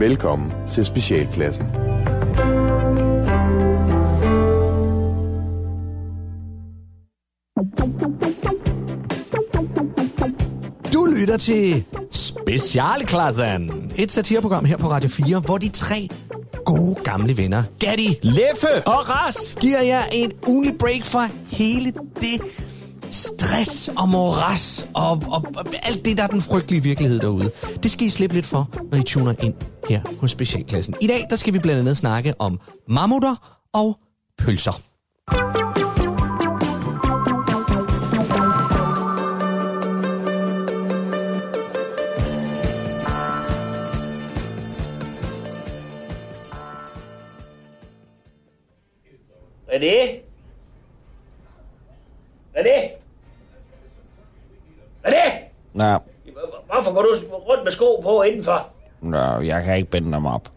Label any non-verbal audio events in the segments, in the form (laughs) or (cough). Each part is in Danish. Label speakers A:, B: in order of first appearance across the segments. A: Velkommen til Specialklassen.
B: Du lytter til Specialklassen, et satireprogram her på Radio 4, hvor de tre gode gamle venner, Gatti, Leffe
C: Og Ras!
B: giver jer en ugenlig break fra hele det stress og moras og, og, og alt det, der er den frygtelige virkelighed derude. Det skal I slippe lidt for, når I tuner ind her hos Specialklassen. I dag, der skal vi blandt andet snakke om mammutter og pølser.
D: René? René? René?
E: Nå,
D: Hvorfor går du rundt med sko på indenfor?
E: nå, jeg kan ikke binde dem op.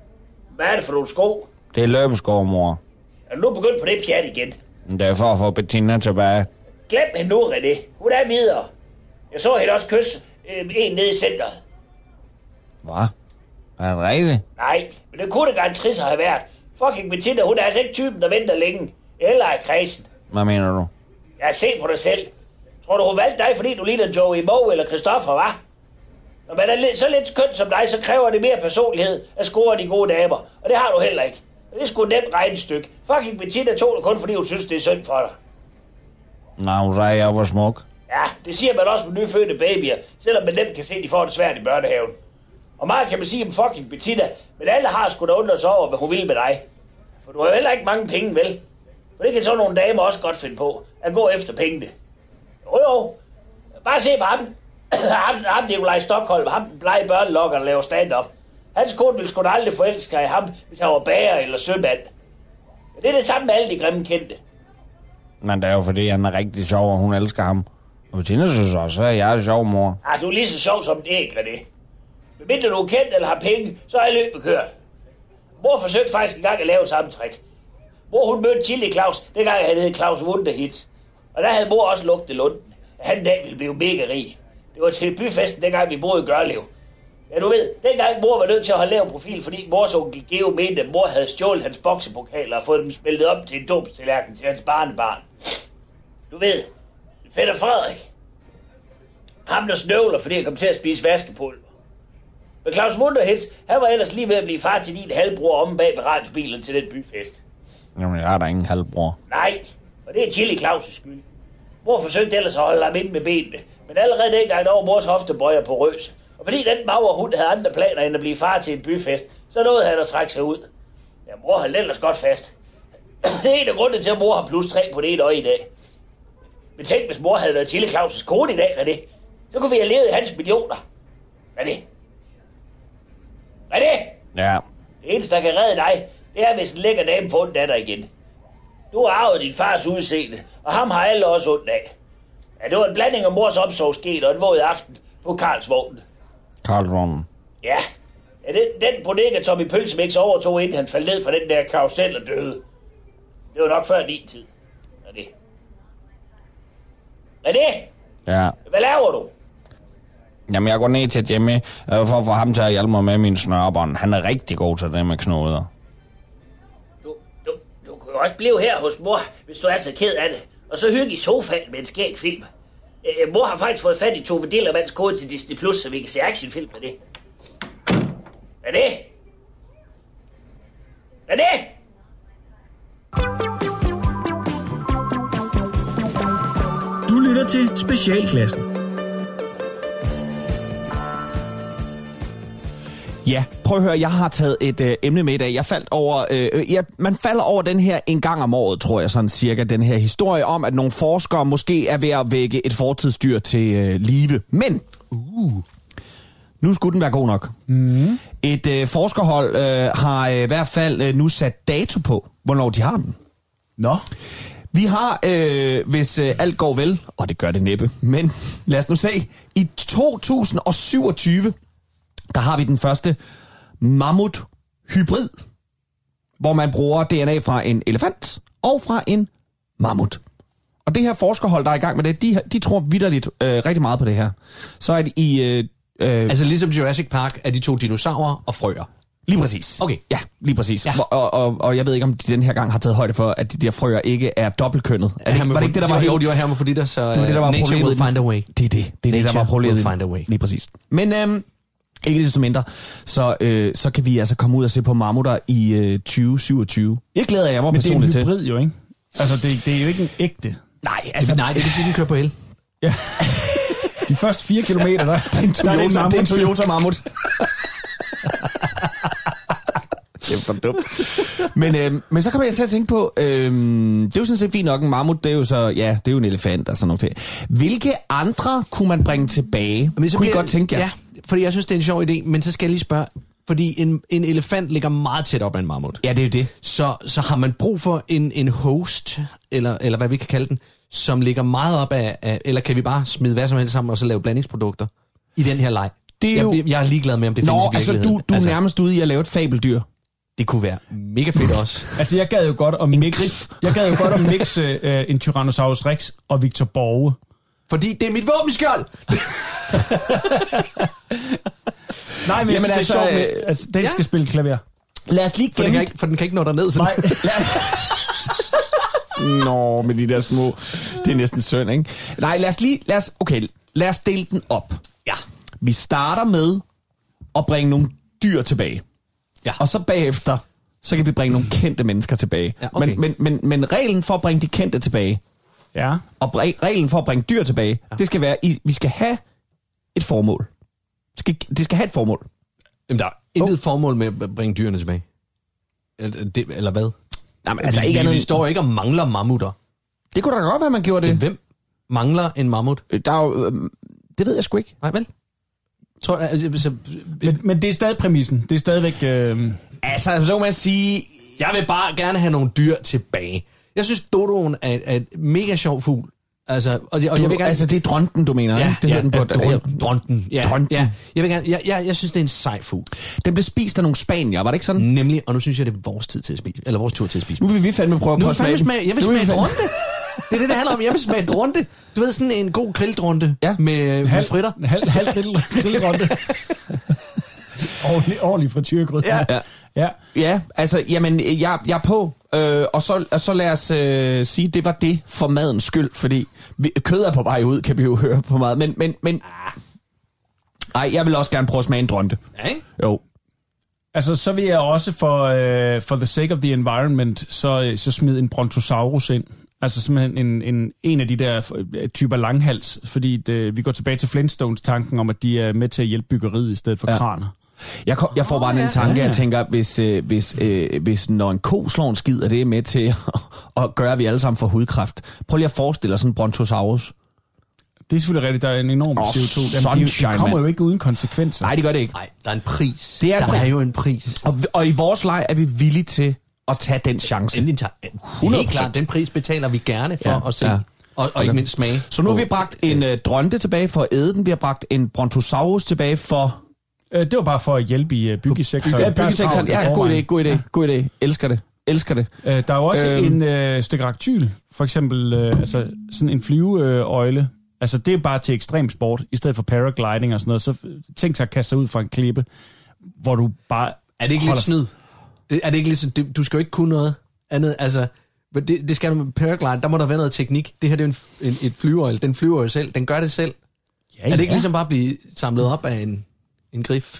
D: Hvad er det for nogle sko?
E: Det er løbesko, mor.
D: Er du nu begyndt på det pjat igen?
E: Det er for at få Bettina tilbage.
D: Glem hende nu, René. Hun er videre. Jeg så hende også kysse øh, en nede i centret.
E: Hvad? Er det rigtigt?
D: Nej, men det kunne da garanteret have været. Fucking Bettina, hun er altså ikke typen, der venter længe. Eller er kredsen.
E: Hvad mener du?
D: Ja, se på dig selv. Tror du, hun valgte dig, fordi du ligner Joey Moe eller Christoffer, hva'? Når man er lidt, så lidt skøn som dig, så kræver det mere personlighed at score de gode damer. Og det har du heller ikke. Og det er sgu et nemt regnestykke. Fucking Bettina tog det kun, fordi hun synes, det er synd for dig.
E: Nå, hun sagde, jeg var smuk.
D: Ja, det siger man også med nyfødte babyer, selvom man nemt kan se, at de får det svært i børnehaven. Og meget kan man sige om fucking Bettina, men alle har sgu da undret sig over, hvad hun vil med dig. For du har jo heller ikke mange penge, vel? For det kan sådan nogle damer også godt finde på, at gå efter pengene. Jo jo, bare se på ham. (clears throat) ham, ham Nikolaj Stockholm, ham den blege børnelokker, der laver stand-up. Hans kone ville sgu da aldrig forelske sig i ham, hvis han var bager eller sømand. Men det er det samme med alle de grimme kendte.
E: Men det er jo fordi, han er rigtig sjov, og hun elsker ham. Og Bettina synes også, at jeg er sjov, mor.
D: Ah, du er lige så sjov som det, ikke, René? Medmindre du er kendt eller har penge, så er løbet kørt. Mor forsøgte faktisk engang at lave samme trick. Mor hun mødte Chili Claus, dengang han hed Claus Wunderhit. Og der havde mor også lugtet lunden. At han en dag ville blive mega rig. Det var til byfesten, dengang vi boede i Gørlev. Ja, du ved, dengang mor var nødt til at holde lav profil, fordi mors onkel Geo mente, at mor havde stjålet hans boksepokaler og fået dem smeltet op til en dobstillerken til hans barnebarn. Du ved, fætter Frederik. Ham, der snøvler, fordi han kom til at spise vaskepulver. Men Claus Wunderhits, han var ellers lige ved at blive far til din halvbror om bag ved radiobilen til den byfest.
E: Jamen, jeg har da ingen halvbror.
D: Nej, og det er Chili Claus' skyld. Mor forsøgte ellers at holde ham ind med benene, men allerede dengang over mors hoftebøjer på røs. Og fordi den magre hund havde andre planer end at blive far til en byfest, så nåede han at trække sig ud. Ja, mor holdt ellers godt fast. (clears throat) det er en af grundene til, at mor har plus tre på det ene øje i dag. Men tænk, hvis mor havde været Chili Claus' kone i dag, René. Så kunne vi have levet i hans millioner. René. René!
E: Ja,
D: Det eneste, der kan redde dig, det er, hvis en lækker dame får en datter igen. Du har arvet din fars udseende, og ham har alle også ondt af. Ja, det var en blanding af mors opsovsket og en våd aften på Karlsvognen.
E: Karlsvognen.
D: Ja, ja den, den bodega Tommy Pølsemix overtog, inden han faldt ned fra den der karusel og døde. Det var nok før din tid. Er det? Er det?
E: Ja.
D: Hvad laver du?
E: Jamen, jeg går ned til Jimmy øh, for at få ham til at hjælpe mig med min snørebånd. Han er rigtig god til det med knuder.
D: Du, du, du kan jo også blive her hos mor, hvis du er så ked af det. Og så hygge i sofaen med en skæg film. Øh, mor har faktisk fået fat i Tove Dillermands kode til Disney+, Plus, så vi kan se actionfilm med det. Er det? Er det?
C: Du lytter til Specialklassen.
F: Ja, prøv at høre, jeg har taget et øh, emne med i dag. Jeg faldt over, øh, øh, ja, man falder over den her en gang om året, tror jeg sådan cirka, den her historie om, at nogle forskere måske er ved at vække et fortidsdyr til øh, live. Men, uh, nu skulle den være god nok. Mm. Et øh, forskerhold øh, har øh, i hvert fald øh, nu sat dato på, hvornår de har den.
C: Nå.
F: Vi har, øh, hvis øh, alt går vel, og det gør det næppe, men lad os nu se, i 2027, der har vi den første mammut-hybrid, hvor man bruger DNA fra en elefant og fra en mammut. Og det her forskerhold, der er i gang med det, de, de tror vidderligt øh, rigtig meget på det her. Så er det i... Øh, øh,
B: Altså ligesom Jurassic Park er de to dinosaurer og frøer.
F: Lige præcis.
B: Okay.
F: Ja, lige præcis.
B: Ja.
F: Ja. Og, og, og jeg ved ikke, om de den her gang har taget højde for, at de der frøer ikke er dobbeltkønnet. Er det, ikke- var det ikke det, der var,
B: Jo,
F: helt-
B: de var her med for det der, så øh,
F: det var det, der var
B: nature
F: problemet.
B: will find a way.
F: Det er det. Det er det, der
B: Nature
F: var problemet.
B: will find a way.
F: Lige præcis. Men øhm, ikke desto mindre, så, øh, så kan vi altså komme ud og se på mammutter i øh, 2027. Det glæder jeg mig
G: Men det er en
F: personligt til.
G: hybrid jo, ikke? Altså, det, det er jo ikke en ægte.
F: Nej,
B: Altså, nej, det vil sige, den kører på el.
F: (laughs)
G: Ja. De første 4 kilometer, der, der er en
F: Toyota, det, er en
G: mammut.
F: Toyota Mammut. det er for dumt. Men, øh, men så kommer jeg til at tænke på, øh, det er jo sådan set fint nok, en mammut, det er jo så, ja, det er jo en elefant og sådan noget til. Hvilke andre kunne man bringe tilbage? Men
B: så
F: kunne I
B: bliver-
F: godt tænke jer?
B: Ja, fordi jeg synes, det er en sjov idé, men så skal jeg lige spørge, fordi en, en elefant ligger meget tæt op ad en mammut.
F: ja, det er jo det.
B: Så, så har man brug for en, en host, eller, eller hvad vi kan kalde den, som ligger meget op af, af, eller kan vi bare smide hvad som helst sammen og så lave blandingsprodukter i den her leg?
F: Det er
B: jeg,
F: jo-
B: bliver- jeg er ligeglad med, om det findes i
F: Nå, altså
B: virkeligheden.
F: du, du altså, er nærmest ude i at lave et fabeldyr.
B: Det kunne være mega fedt også.
G: Altså, jeg gad jo godt at mixe, jeg gad jo godt at mixe øh, en Tyrannosaurus Rex og Victor Borge.
B: Fordi det er mit våbenskjold!
G: (laughs) Nej, men
F: Jamen,
G: Jamen, jeg synes,
F: altså,
G: altså, det er sjovt,
F: øh,
G: med, altså, den
B: ja.
G: ja. skal spille klaver.
F: Lad os lige
B: For den,
F: gemme...
B: kan ikke, for den kan ikke nå
F: (laughs)
B: derned. Så
G: Nej,
B: (laughs)
F: Nå, med de der små... Det er næsten synd, ikke? Nej, lad os lige... Lad os, okay, lad os dele den op. Ja. Vi starter med at bringe nogle dyr tilbage.
B: Ja.
F: Og så bagefter, så kan vi bringe nogle kendte mennesker tilbage.
B: Ja, okay.
F: men, men, men, men reglen for at bringe de kendte tilbage,
G: ja.
F: og bring, reglen for at bringe dyr tilbage, ja. det skal være, I, vi skal have et formål. Skal, det skal have et formål.
B: Jamen, der er intet formål med at bringe dyrene tilbage. Eller, det, eller hvad?
F: Nej, men, altså,
B: vi, vi, vi står ikke og mangler mammutter.
F: Det kunne da godt være, man gjorde
B: Men
F: det.
B: hvem mangler en mammut?
F: Der er jo, øhm, det ved jeg sgu ikke.
B: Nej, vel? Tror jeg, altså, så,
G: Men, men det er stadig præmissen. Det er stadigvæk... Øh,
F: Altså, så kan man sige...
B: jeg vil bare gerne have nogle dyr tilbage. Jeg synes, dodoen er, er et mega sjov fugl. Altså, og, jeg, og
F: Du,
B: jeg vil gerne...
F: altså, det er dronten, du mener,
B: ja,
F: ikke? Det
B: ja,
F: hedder den på...
B: ja, dron- dronten. Ja,
F: Dronten.
B: Ja. Jeg, vil gerne, jeg, jeg, jeg synes, det er en sej fugl.
F: Den blev spist af nogle spanier, var det ikke sådan?
B: Nemlig, og nu synes jeg, det er vores tid til at spise. Eller vores tur til at spise.
F: Nu vil vi fandme prøve at
B: Nu vil
F: påsmage
B: fandme
F: den.
B: smage, jeg vil
F: Nu
B: smage
F: vi
B: et
F: fandme-
B: runde. Det er det, det handler om. Jeg vil smage et runde. Du ved, sådan en god grilldrunde
F: Ja.
B: med, med fritter.
G: Halv, halv
B: (laughs)
G: grill, grillrunde. ordentlig, ordentlig frityregrød.
F: Ja.
G: ja. ja.
F: Ja, altså, jamen, øh, jeg, jeg er på. Øh, og, så, og så lad os øh, sige, det var det for madens skyld, fordi vi, kød er på vej ud, kan vi jo høre på meget. Men, men, men...
G: Ah.
F: Ej, jeg vil også gerne prøve at smage en dronte.
B: Ja, ikke?
F: Jo.
G: Altså, så vil jeg også for, øh, for the sake of the environment, så, øh, så smide en brontosaurus ind. Altså simpelthen en, en, en af de der øh, typer langhals, fordi det, øh, vi går tilbage til Flintstones-tanken om, at de er med til at hjælpe byggeriet i stedet for
F: Ja.
G: ja. kraner.
F: Jeg, kom, jeg får bare en tanke, jeg tænker, hvis, øh, hvis, øh, hvis når en ko slår en skid, er det med til (laughs) at gøre, at vi alle sammen får hudkræft. Prøv lige at forestille dig sådan en brontosaurus.
G: Det er selvfølgelig rigtigt, der er en enorm
F: Åh,
G: CO2. Jamen, de,
F: sunshine,
G: de kommer
F: mand.
G: jo ikke uden konsekvenser.
F: Nej, det gør det ikke.
B: Nej, der er en pris.
F: Det er en
B: der
F: pris.
B: er jo en pris.
F: Og, og i vores leg er vi villige til at tage den chance.
B: Endelig tager. Det er
F: 100%.
B: helt klart, den pris betaler vi gerne for
F: Ja,
B: at se.
F: ja.
B: Ja. Og, og ikke mindst smage.
F: Så nu har vi
B: på-
F: bragt en øh, dronte tilbage for at æde den, vi har bragt en brontosaurus tilbage for...
G: Øh, Det var bare for at hjælpe i øh, byggesektoren. Der
F: Ja,
G: er travlt
F: byggesektoren.
G: i
F: Ja, god
G: forvejen.
F: idé, god idé, god idé. Elsker det, elsker det.
G: Øh, der er jo også
F: Øhm.
G: øhm. en øh, stykke raktyl, for eksempel øh, altså, sådan en flyveøjle. Altså det er bare til ekstrem sport, i stedet for paragliding og sådan noget. Så øh, tænk sig at kaste sig ud fra en klippe, hvor du bare...
B: Er det ikke lidt
G: holder-
B: snyd? Det, er det ikke lidt sådan, det, du skal jo ikke kunne noget andet, altså... Men det, det skal du med paraglide, der må der være noget teknik. Det her det er jo en, en, et flyverøjl. Den flyver jo selv. Den gør det selv. Ja,
G: Ja,
B: er det ikke
G: ja.
B: ligesom bare at blive samlet op af en, en
G: (laughs)
B: grif?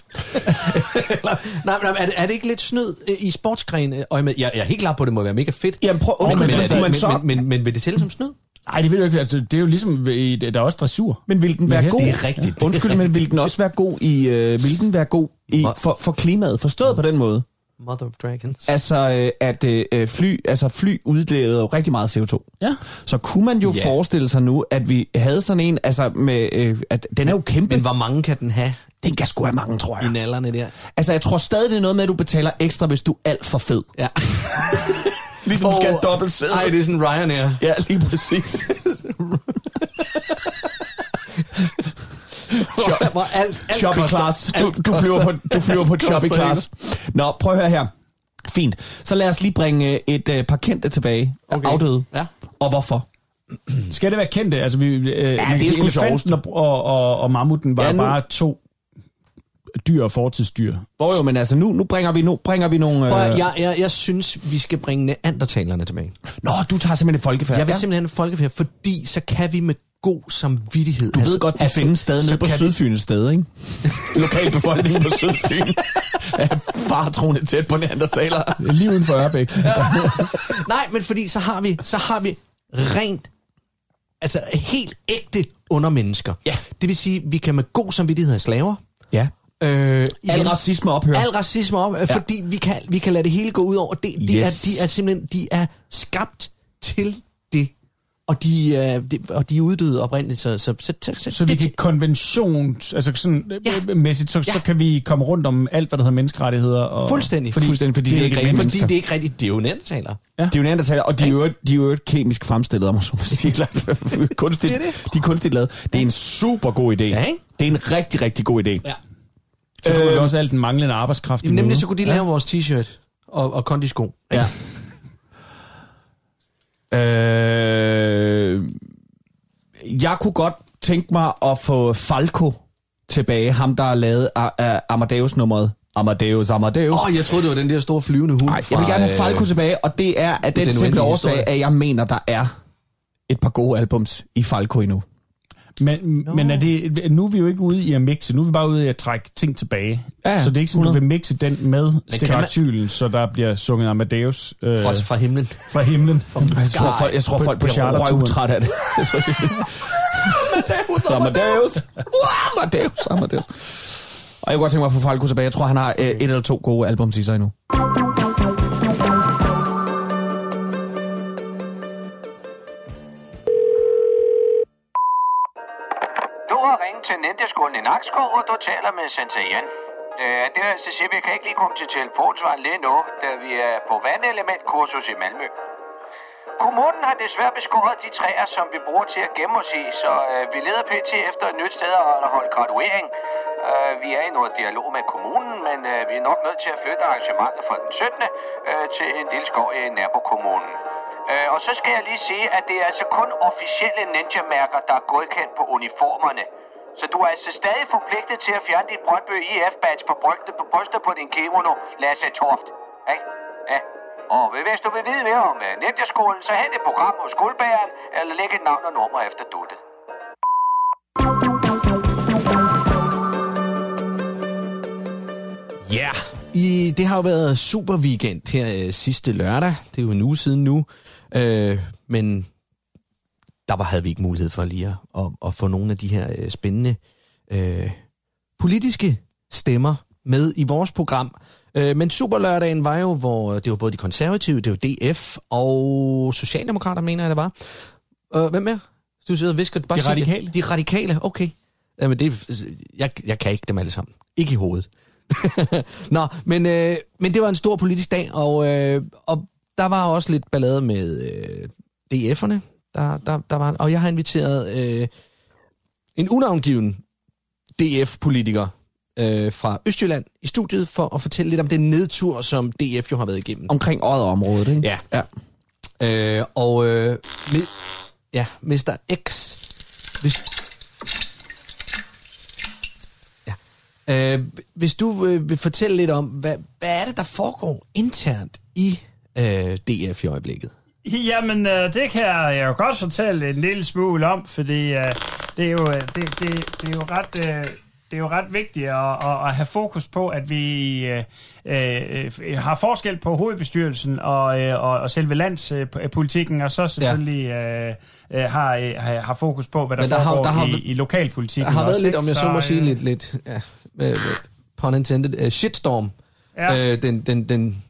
B: Eller, nej, nej, er, det, er det ikke lidt snyd øh, i sportsgrene? Og jeg, jeg er helt klar på, at det må være mega fedt.
F: Jamen prøv,
G: Åh,
F: undskyld,
G: men
F: men,
G: altså,
F: kunne man så,
B: men, men, men, men vil det tælle som snyd?
G: Nej, det ved du ikke. Altså, det er jo ligesom... i- Der er også dressur.
F: men vil den være
G: Ja,
F: god?
G: det
B: er rigtigt, det er
F: Undskyld, men vil den også være god i... Øh, vil den være god i, for, for klimaet? Forstået på den måde.
B: Mother of Dragons.
F: Altså, øh, at øh, fly, altså, fly udleder jo rigtig meget CO2.
G: Ja.
F: Så kunne man jo
B: Ja.
F: forestille sig nu, at vi havde sådan en, altså med, øh, at den er jo kæmpe.
B: Men hvor mange kan den have
F: Den kan sgu have mange, tror
B: i nallerne der?
F: Altså, jeg tror stadig, det er noget med, at du betaler ekstra, hvis du er alt for fed. (laughs)
B: Ja.
F: Ligesom
B: du skal have
F: dobbelt sæde.
B: Nej, det er sådan Ryanair.
F: Ja, lige præcis.
B: Hvor, hvor alt, alt
F: shopping
B: koster.
F: class. Du,
B: Alt
F: du, flyver
B: koster.
F: på, du flyver på shopping
B: koster
F: class. Nå, prøv at høre her. Fint. Så lad os lige bringe øh, et øh, par kendte tilbage. Okay. Afdøde.
B: Ja.
F: Og hvorfor?
G: Skal det være kendte? Altså, vi, øh, ja,
F: det er sgu sjovest.
G: elefanten og, og, og, og mammuten var
F: Ja,
G: ja,
F: nu-
G: bare to dyr og fortidsdyr.
F: Hvor jo, men altså, nu, nu bringer vi, nu bringer vi nogle... øh,
B: Prøv, at- jeg, jeg, jeg synes, vi skal bringe neandertalerne tilbage.
F: Nå, du tager simpelthen et folkefærd.
B: Jeg vil
F: Ja.
B: simpelthen have folkefærd, fordi så kan vi med god samvittighed.
F: Du ved godt, de findes stadig nede på Sydfyn et sted,
B: (laughs)
F: ikke? Lokalbefolkningen på Sydfyn (laughs) er fartroende tæt på neandertalere.
G: Lige uden for Ørbæk.
B: Nej, men fordi så har vi, så har vi rent, altså helt ægte undermennesker.
F: Ja.
B: Det vil sige, vi kan med god samvittighed have slaver.
F: Ja.
B: Øh,
F: Al
B: igen.
F: racisme ophører.
B: Al racisme om, ja. fordi vi kan, vi kan lade det hele gå ud over. De, de,
F: Yes.
B: yes. er, de er simpelthen de er skabt til det. Og de, er, de, og de er uddøde oprindeligt, så, så, så, så, så,
G: Så vi
B: det,
G: kan konventions... Altså sådan ja.
B: Ja.
G: mæssigt, så,
B: Ja.
G: så kan vi komme rundt om alt, hvad der hedder menneskerettigheder. Og,
B: Fuldstændig.
G: Fordi,
F: Fuldstændig, fordi det er ikke rigtige
B: fordi
F: mennesker.
B: det er ikke rigtigt, det er jo neandertalere.
F: De er jo neandertalere, og de er jo, de er jo øvrigt kemisk fremstillet, om man så
B: (laughs)
F: må sige. kunstigt,
B: Det er
F: De er kunstigt lavet. Det er en super god idé.
B: Ja, ikke?
F: det er en rigtig, rigtig god idé.
B: Ja.
G: Så kommer der også alt den manglende arbejdskraft
B: øh, Jamen,
G: i
B: nemlig
G: møde.
B: så kunne de lave vores t-shirt og, og kondisko.
F: Ja. øh, jeg kunne godt tænke mig at få Falco tilbage, ham der har lavet A- A- Amadeus-nummeret. Amadeus, Amadeus.
B: Åh, oh, jeg troede, det var øh, den der store flyvende hund.
F: Nej, jeg vil gerne have Falco tilbage, og det er af den,
B: Den
F: simple
B: uendelige
F: årsag,
B: historie.
F: at jeg mener, der er et par gode albums i Falco endnu.
G: Men, men er det, nu er vi jo ikke ude i at mixe, nu er vi bare ude i at trække ting tilbage.
F: Ja,
G: så det er ikke sådan,
F: 100.
G: du vil mixe den med
B: man-
G: stekaraktylen, så der bliver sunget Amadeus øh,
B: Fra, fra himlen.
G: (laughs) fra himlen.
F: Jeg tror, folk, jeg tror, folk
G: på
F: bliver
G: charterturen.
F: røvtræt
G: (laughs)
F: af det. Jeg tror, de- Amadeus, Uh, Amadeus, Amadeus. Og jeg kunne godt tænke mig at få Falco tilbage. Jeg tror, han har øh, et eller to gode albums i sig endnu.
H: Du har ringet til Nenteskolen i Nakskov, og du taler med Sensei Jan. Øh, det er Cecilie, jeg kan ikke lige komme til telefonsvaren lige nu, da vi er på vandelementkursus i Malmø. Kommunen har desværre beskåret de træer, som vi bruger til at gemme os i, så øh, vi leder pt. efter et nyt sted at holde graduering. Øh, vi er i noget dialog med kommunen, men øh, vi er nok nødt til at flytte arrangementet fra den 17. Øh, til en lille skov i nabokommunen. Øh, og så skal jeg lige sige, at det er altså kun officielle ninja-mærker, der er godkendt på uniformerne. Så du er altså stadig forpligtet til at fjerne dit Brøndby IF-badge på brystet på, brystet på din kimono, Lasse Toft. Ikke? Ja. Og hvis du vil vide mere om uh, Ninja-skolen, så hent et program hos guldbæren, eller læg et navn og nummer efter duttet.
B: Ja. Yeah. I, det har jo været super weekend her øh, sidste lørdag. Det er jo en uge siden nu. Øh, men der var, havde vi ikke mulighed for lige at, at, at få nogle af de her øh, spændende øh, politiske stemmer med i vores program. Øh, men Superlørdagen var jo, hvor det var både de konservative, det var DF og Socialdemokrater, mener jeg det var. Øh, hvem er? Du sidder og visker. Bare
G: De
B: sig det.
G: radikale.
B: De radikale, okay. Jamen, det, er- jeg, jeg kan ikke dem alle sammen. Ikke i hovedet. (laughs) Nå, men, øh, men det var en stor politisk dag, og, øh, og der var også lidt ballade med øh, DF'erne. Der, der, der var, og jeg har inviteret øh, en unavngiven DF-politiker øh, fra Østjylland i studiet for at fortælle lidt om den nedtur, som DF jo har været igennem.
F: Omkring Odder-området, ikke?
B: Ja.
F: ja.
B: Øh, og øh, mi- ja, Mr. X. Hvis, ja. øh, hvis du øh, vil fortælle lidt om, hvad, hvad er det, der foregår internt i øh, DF i øjeblikket?
I: Jamen, øh, det kan jeg jo godt fortælle en lille smule om, fordi øh, det, er jo, øh, det, det, det er jo ret... Øh, det er jo ret vigtigt at, at, at have fokus på, at vi øh, øh, øh, har forskel på hovedbestyrelsen og, øh, og, og selve landspolitikken, og så selvfølgelig øh, øh, har, øh, har- har fokus på, hvad der,
B: Men der har-
I: foregår
B: der har-
I: i, i lokalpolitikken.
B: Der har været
I: også,
B: lidt,
I: ikke?
B: om jeg så må sige,
I: øh,
B: lidt, lidt ja, øh, øh, pun intended, øh, shitstorm
I: Ja.
B: øh, den, den, den,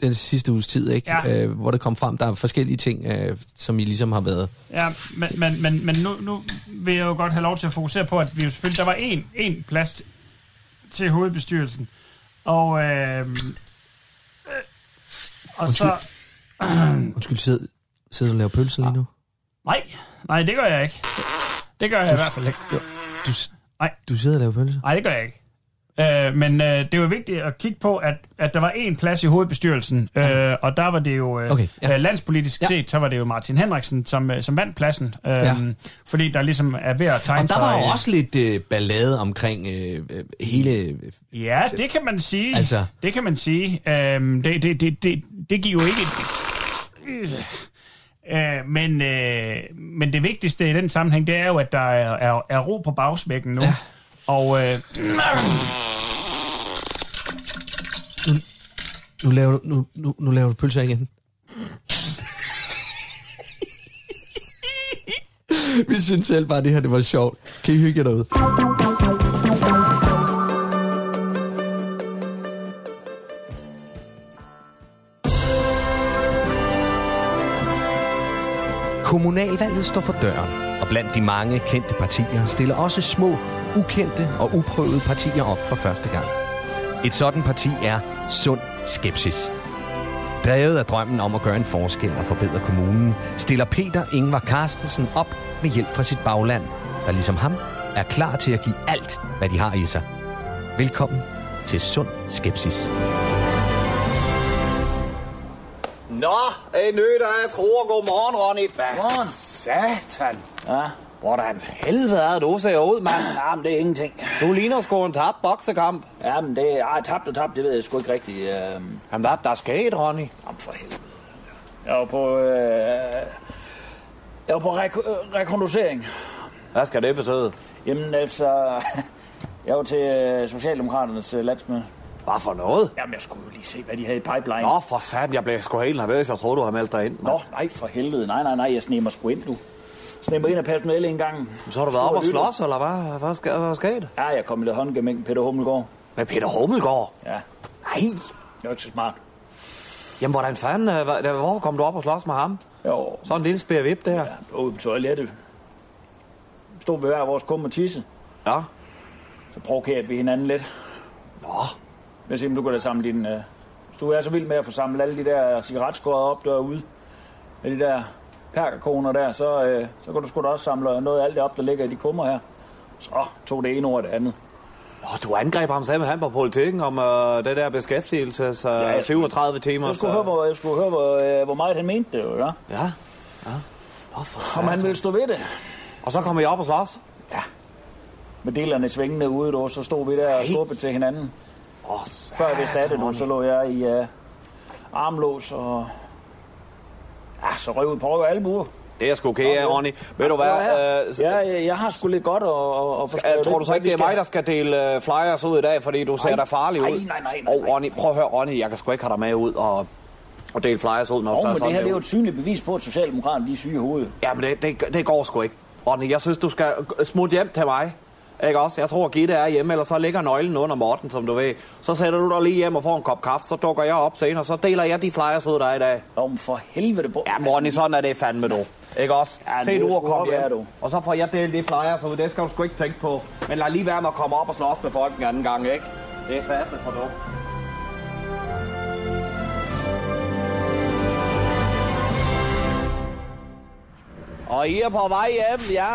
B: den sidste uges tid, ikke?
I: Ja.
B: Øh, hvor det kom frem, der er forskellige ting, øh, som I ligesom har
I: (clears throat)
B: været
I: Ja, men, men, men, men nu, nu vil jeg jo godt have lov til at fokusere på, at vi jo selvfølgelig, der var én, én plads til, til hovedbestyrelsen. Og, øh, øh, og så...
B: Undskyld, sidder, sidder du og laver pølser lige nu?
I: Nej, nej, det gør jeg ikke. Det gør jeg i hvert fald ikke.
B: Du, s-
I: Nej.
B: du sidder og laver pølser?
I: Nej, det gør jeg ikke. Øh, men øh, det var vigtigt at kigge på, at, at der var én plads i hovedbestyrelsen, øh, og der var det jo, øh,
B: Okay,
I: okay,
B: ja.
I: ja. landspolitisk
B: Ja.
I: ja. set, så var det jo Martin Henriksen, som, øh, som vandt pladsen, øh,
B: Ja.
I: ja. fordi der ligesom er ved at tegne
B: Og der var
I: sig...
B: jo
I: øh,
B: også lidt øh, ballade omkring øh, øh, hele...
I: Ja, det kan man sige.
B: Altså-
I: Altså. Det kan man sige. Øhm, det, det, det, det, det giver jo ikke... Øh, Øh, men, øh, men det vigtigste i den sammenhæng, det er jo, at der er, er, er ro på bagsmækken nu. Ja. Og øh,
B: Nu laver du, nu, nu, nu laver du pølser igen. Vi synes selv bare, at det her det var sjovt. Kan I hygge jer derude? Kommunalvalget står for døren, og blandt de mange kendte partier stiller også små, ukendte og uprøvede partier op for første gang. Et sådan parti er Sund Skepsis. Drevet af drømmen om at gøre en forskel og forbedre kommunen, stiller Peter Ingvar Carstensen op med hjælp fra sit bagland, der ligesom ham er klar til at give alt, hvad de har i sig. Velkommen til Sund Skepsis.
J: Nå, en ø, der er tror. Godmorgen, Ronny. Godmorgen. Satan. Ja? Hvordan helvede er det, du ser ud, mand?
C: (clears throat) Jamen, det er ingenting.
J: Du ligner sgu en tabt boksekamp.
C: Jamen, det er ah, tabt og tabt, det ved jeg sgu ikke rigtigt. Øh,
J: Jamen, hvad er der sket, Ronny?
C: om for helvede. Jeg var på... Øh, jeg var på rek- øh, rekognoscering.
J: Hvad skal det betyde?
C: Jamen, altså... (laughs) Jeg var til øh, Socialdemokraternes øh, landsmøde.
J: Hvad for noget?
C: Jamen, jeg skulle jo lige se, hvad de havde i pipeline.
J: Nå, for satan, jeg blev sgu helt nervøs. Jeg troede, du havde meldt dig ind. mand.
C: Nå nej, for helvede. Nej, nej, nej, jeg snemer mig sgu ind, du. Snemer ind af personale en gang.
J: Så har du været
C: Stor
J: op og
C: lytter.
J: slås, eller hvad? Hvad skal hvad sket?
C: Ja, jeg kom i lidt håndgemæng med Peter Hummelgaard.
J: Med Peter Hummelgaard?
C: Ja,
J: Nej.
C: jeg er ikke så smart.
J: Jamen, hvordan fanden? øh, hva- da- Hvor kom du op og slås med ham?
C: Jo,
J: Sådan en lille spær vip, det her.
C: ja, på toilettet. Stod vi hver vores kum og tisse.
J: Ja.
C: Så provokerede vi hinanden lidt.
J: Nå.
C: Jeg siger, du kan da samle din... Øh, hvis du er så vild med at få samlet alle de der cigaretskåret op derude, med de der perkerkoner der, så, øh, så kan du sgu da også samle noget af alt det op, der ligger i de kummer her. Så tog det ene over det andet.
J: Nå, du angreb ham sammen med han på politikken om øh, det der beskæftigelse, så
C: jeg
J: ja,
C: skulle-
J: 37 timer.
C: Jeg skulle
J: så-
C: høre, hvor, jeg skulle høre, hvor, øh, hvor meget han mente det, jo, ja?
J: Ja. ja. Nå, for
C: Om han
J: satan.
C: ville stå ved det.
J: Og så kommer jeg op og slås.
C: Med delerne svingende ude, du, så stod vi der og skubbede til hinanden.
J: Oh,
C: Før jeg vidste af det, du, så lå jeg i øh, armlås og... Ja, så røv ud på røv og albuer.
J: Det er sgu okay, ja, Ronny. Ved du
C: Ja,
J: hvad?
C: ja.
J: øh, s-
C: ja, jeg, jeg har sgu lidt godt at, at, at forstå
J: øh, tror du så ikke, det er mig, der skal dele øh, flyers ud i dag, fordi du ser da farlig ud?
C: nej, nej, nej, nej,
J: Og
C: nej.
J: Ronny, prøv at høre, Ronny, jeg kan sgu ikke have dig med ud og, og dele flyers ud, når du
C: Oh,
J: først
C: men det her det er jo
J: ud.
C: et synligt bevis på, at Socialdemokraterne de er syge i hovedet.
J: Jamen, det, det, det går sgu ikke. Ronny, jeg synes, du skal g- smutte hjem til mig. Ikke også? Jeg tror, Gitte er hjemme, eller så ligger nøglen under Morten, som du ved. Så sætter du dig lige hjem og får en kop kaffe, så dukker jeg op senere, så deler jeg de flyers ud, der er i dag.
C: Om for helvede på.
J: Ja, Morten, sådan er det fandme nu. Ikke også?
C: Ja,
J: Se
C: det
J: nu
C: skulle
J: at komme
C: godt være,
J: hjem.
C: du.
J: Og så får jeg delt det flyer, så det skal du sgu ikke tænke på. Men lad lige være med at komme op og slås med folk en anden gang, ikke? Det er satme for dumt. Og I er på vej hjem, ja?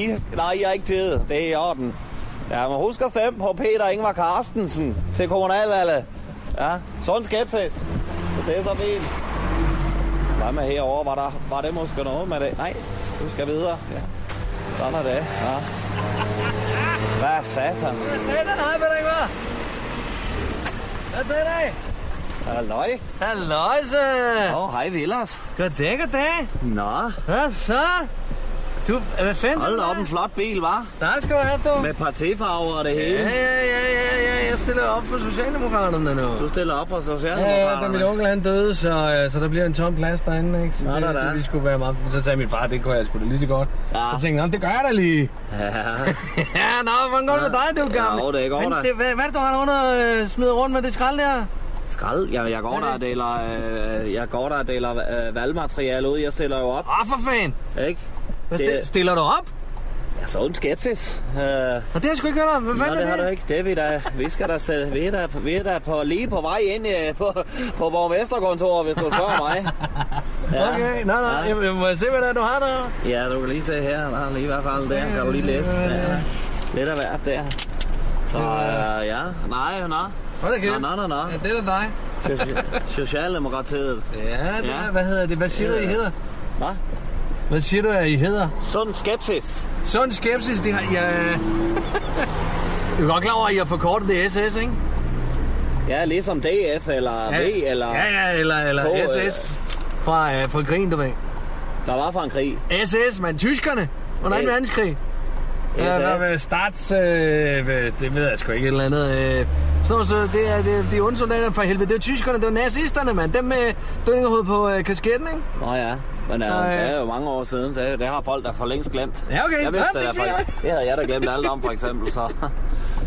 J: I, nej, I har ikke tid. Det er i orden. Ja, men husk at stemme på Peter Ingvar Carstensen til kommunalvalget. Ja, sådan skepsis. Det er så fint. Hvad med herovre? Var, der, var det måske noget med det? Nej, du skal videre. Ja. Sådan er det. Ja. Hvad satan? Hvad
K: Satan, hej Peter Ingvar. Hvad er det?
J: Halløj.
K: Halløjse.
J: Åh, oh, hej Villers.
K: Goddag, goddag.
J: Nå,
K: Hvad så? Du, hvad fanden?
J: hold da op en flot bil, var?
K: Tak skal du have, du.
J: Med partifarver og det
K: Ja,
J: hele.
K: ja, ja, ja, ja. Jeg stiller op for Socialdemokraterne nu.
J: Du stiller op for
K: Ja, ja, da min
J: Socialdemokraterne.
K: onkel han døde, så, øh, så der bliver en tom plads derinde, ikke? Så
J: Nå,
K: det,
J: da, da.
K: det ville sgu være meget... Så sagde min far, det kunne jeg sgu da lige så godt.
J: Ja.
K: Så tænkte jeg, "Nå, det gør jeg da lige.
J: Ja,
K: (laughs) ja, nå, hvordan går det med dig, du gamle?
J: Jo, det går
K: Findes
J: da.
K: det, hvad, hvad er det, du har under øh, smider rundt med det skrald der?
J: skrald. Jeg, jeg går der og deler, øh, jeg går der og deler øh, valgmateriale ud. Jeg stiller jo op,
K: Åh, Ah, for fanden.
J: ikke?
K: Hvad
J: Det-
K: sti- stiller du op?
J: Jeg så en skepsis. Øh,
K: Og det har jeg sgu ikke hørt om. Hvad
J: Nå,
K: fanden
J: det
K: er
J: har du
K: det?
J: ikke. Det er vi da. Vi, skal da stille, vi er da, vi er da på, lige på vej ind øh, på, på vores Vesterkontor, hvis du spørger
K: (laughs)
J: mig. Ja.
K: Okay, nej, nej.
J: Ja.
K: Jamen, må jeg se, hvad det er, du har der? Øh.
J: Ja, du kan lige se her. Der er lige i hvert fald der. Kan du lige læse. Ja. Lidt af hvert der. Så øh, ja, nej, nej.
B: Hold da kæft.
J: Nej, nej, nej, nej.
B: Ja, det er da dig.
J: Soci- Socialdemokratiet.
B: Ja, det er, hvad hedder det? Hvad siger du, I hedder?
J: Øh, Hvad?
B: Hvad siger du, at I hedder?
J: Sund skepsis.
B: Sund skepsis, det har jeg... Du er godt klar over, at I har forkortet det SS, ikke?
J: Ja, ligesom DF eller V eller...
B: Ja, ja, eller, eller
J: K, øh,
B: SS. Fra, øh, fra krigen, du ved.
J: Der var fra en krig.
B: SS, men tyskerne under 2.
J: Ja.
B: verdenskrig. Ja, der med starts, øh, ved- det ved jeg sgu ikke, et eller andet. Øh. Så, så det er det, er de onde soldater for helvede. Det er tyskerne, det er nazisterne, mand. Dem med dødningerhoved på øh, kasketten, ikke?
J: Nå ja, men øh,
B: Så, øh,
J: det er jo mange år siden, så det har folk, der for længst glemt.
B: Ja, okay.
J: Jeg vidste,
B: Nå, det er
J: det, for,
B: fint nok.
J: det havde jeg da glemt alt om, for eksempel, så... (laughs)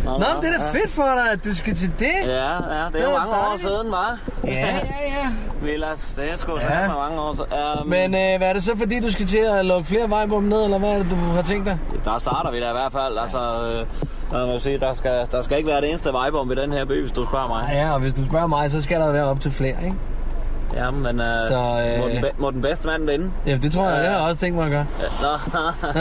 B: Nå, men det er da fedt for dig, at du skal til det.
J: Ja, ja, det er jo mange år siden, var.
B: Ja, ja, ja.
J: Vilas, det er sgu ja.
B: Ja.
J: sammen mange år siden. Um,
B: Men øh, hvad er det så, fordi du skal til at lukke flere vejbombe ned, eller hvad er det, du har tænkt dig?
J: Der starter vi da i hvert fald, altså... Øh, jeg må sige, der skal, der skal ikke være det eneste vejbom i den her by, hvis du spørger mig.
B: Ja, og hvis du spørger mig, så skal der være op til flere, ikke?
J: Ja, men øh,
B: Så,
J: så,
B: øh,
J: øh... Må, den be- må den bedste mand vinde?
B: Jamen, det tror jeg,
J: Ja.
B: det har jeg også tænkt mig at gøre.
J: Ja, Nå,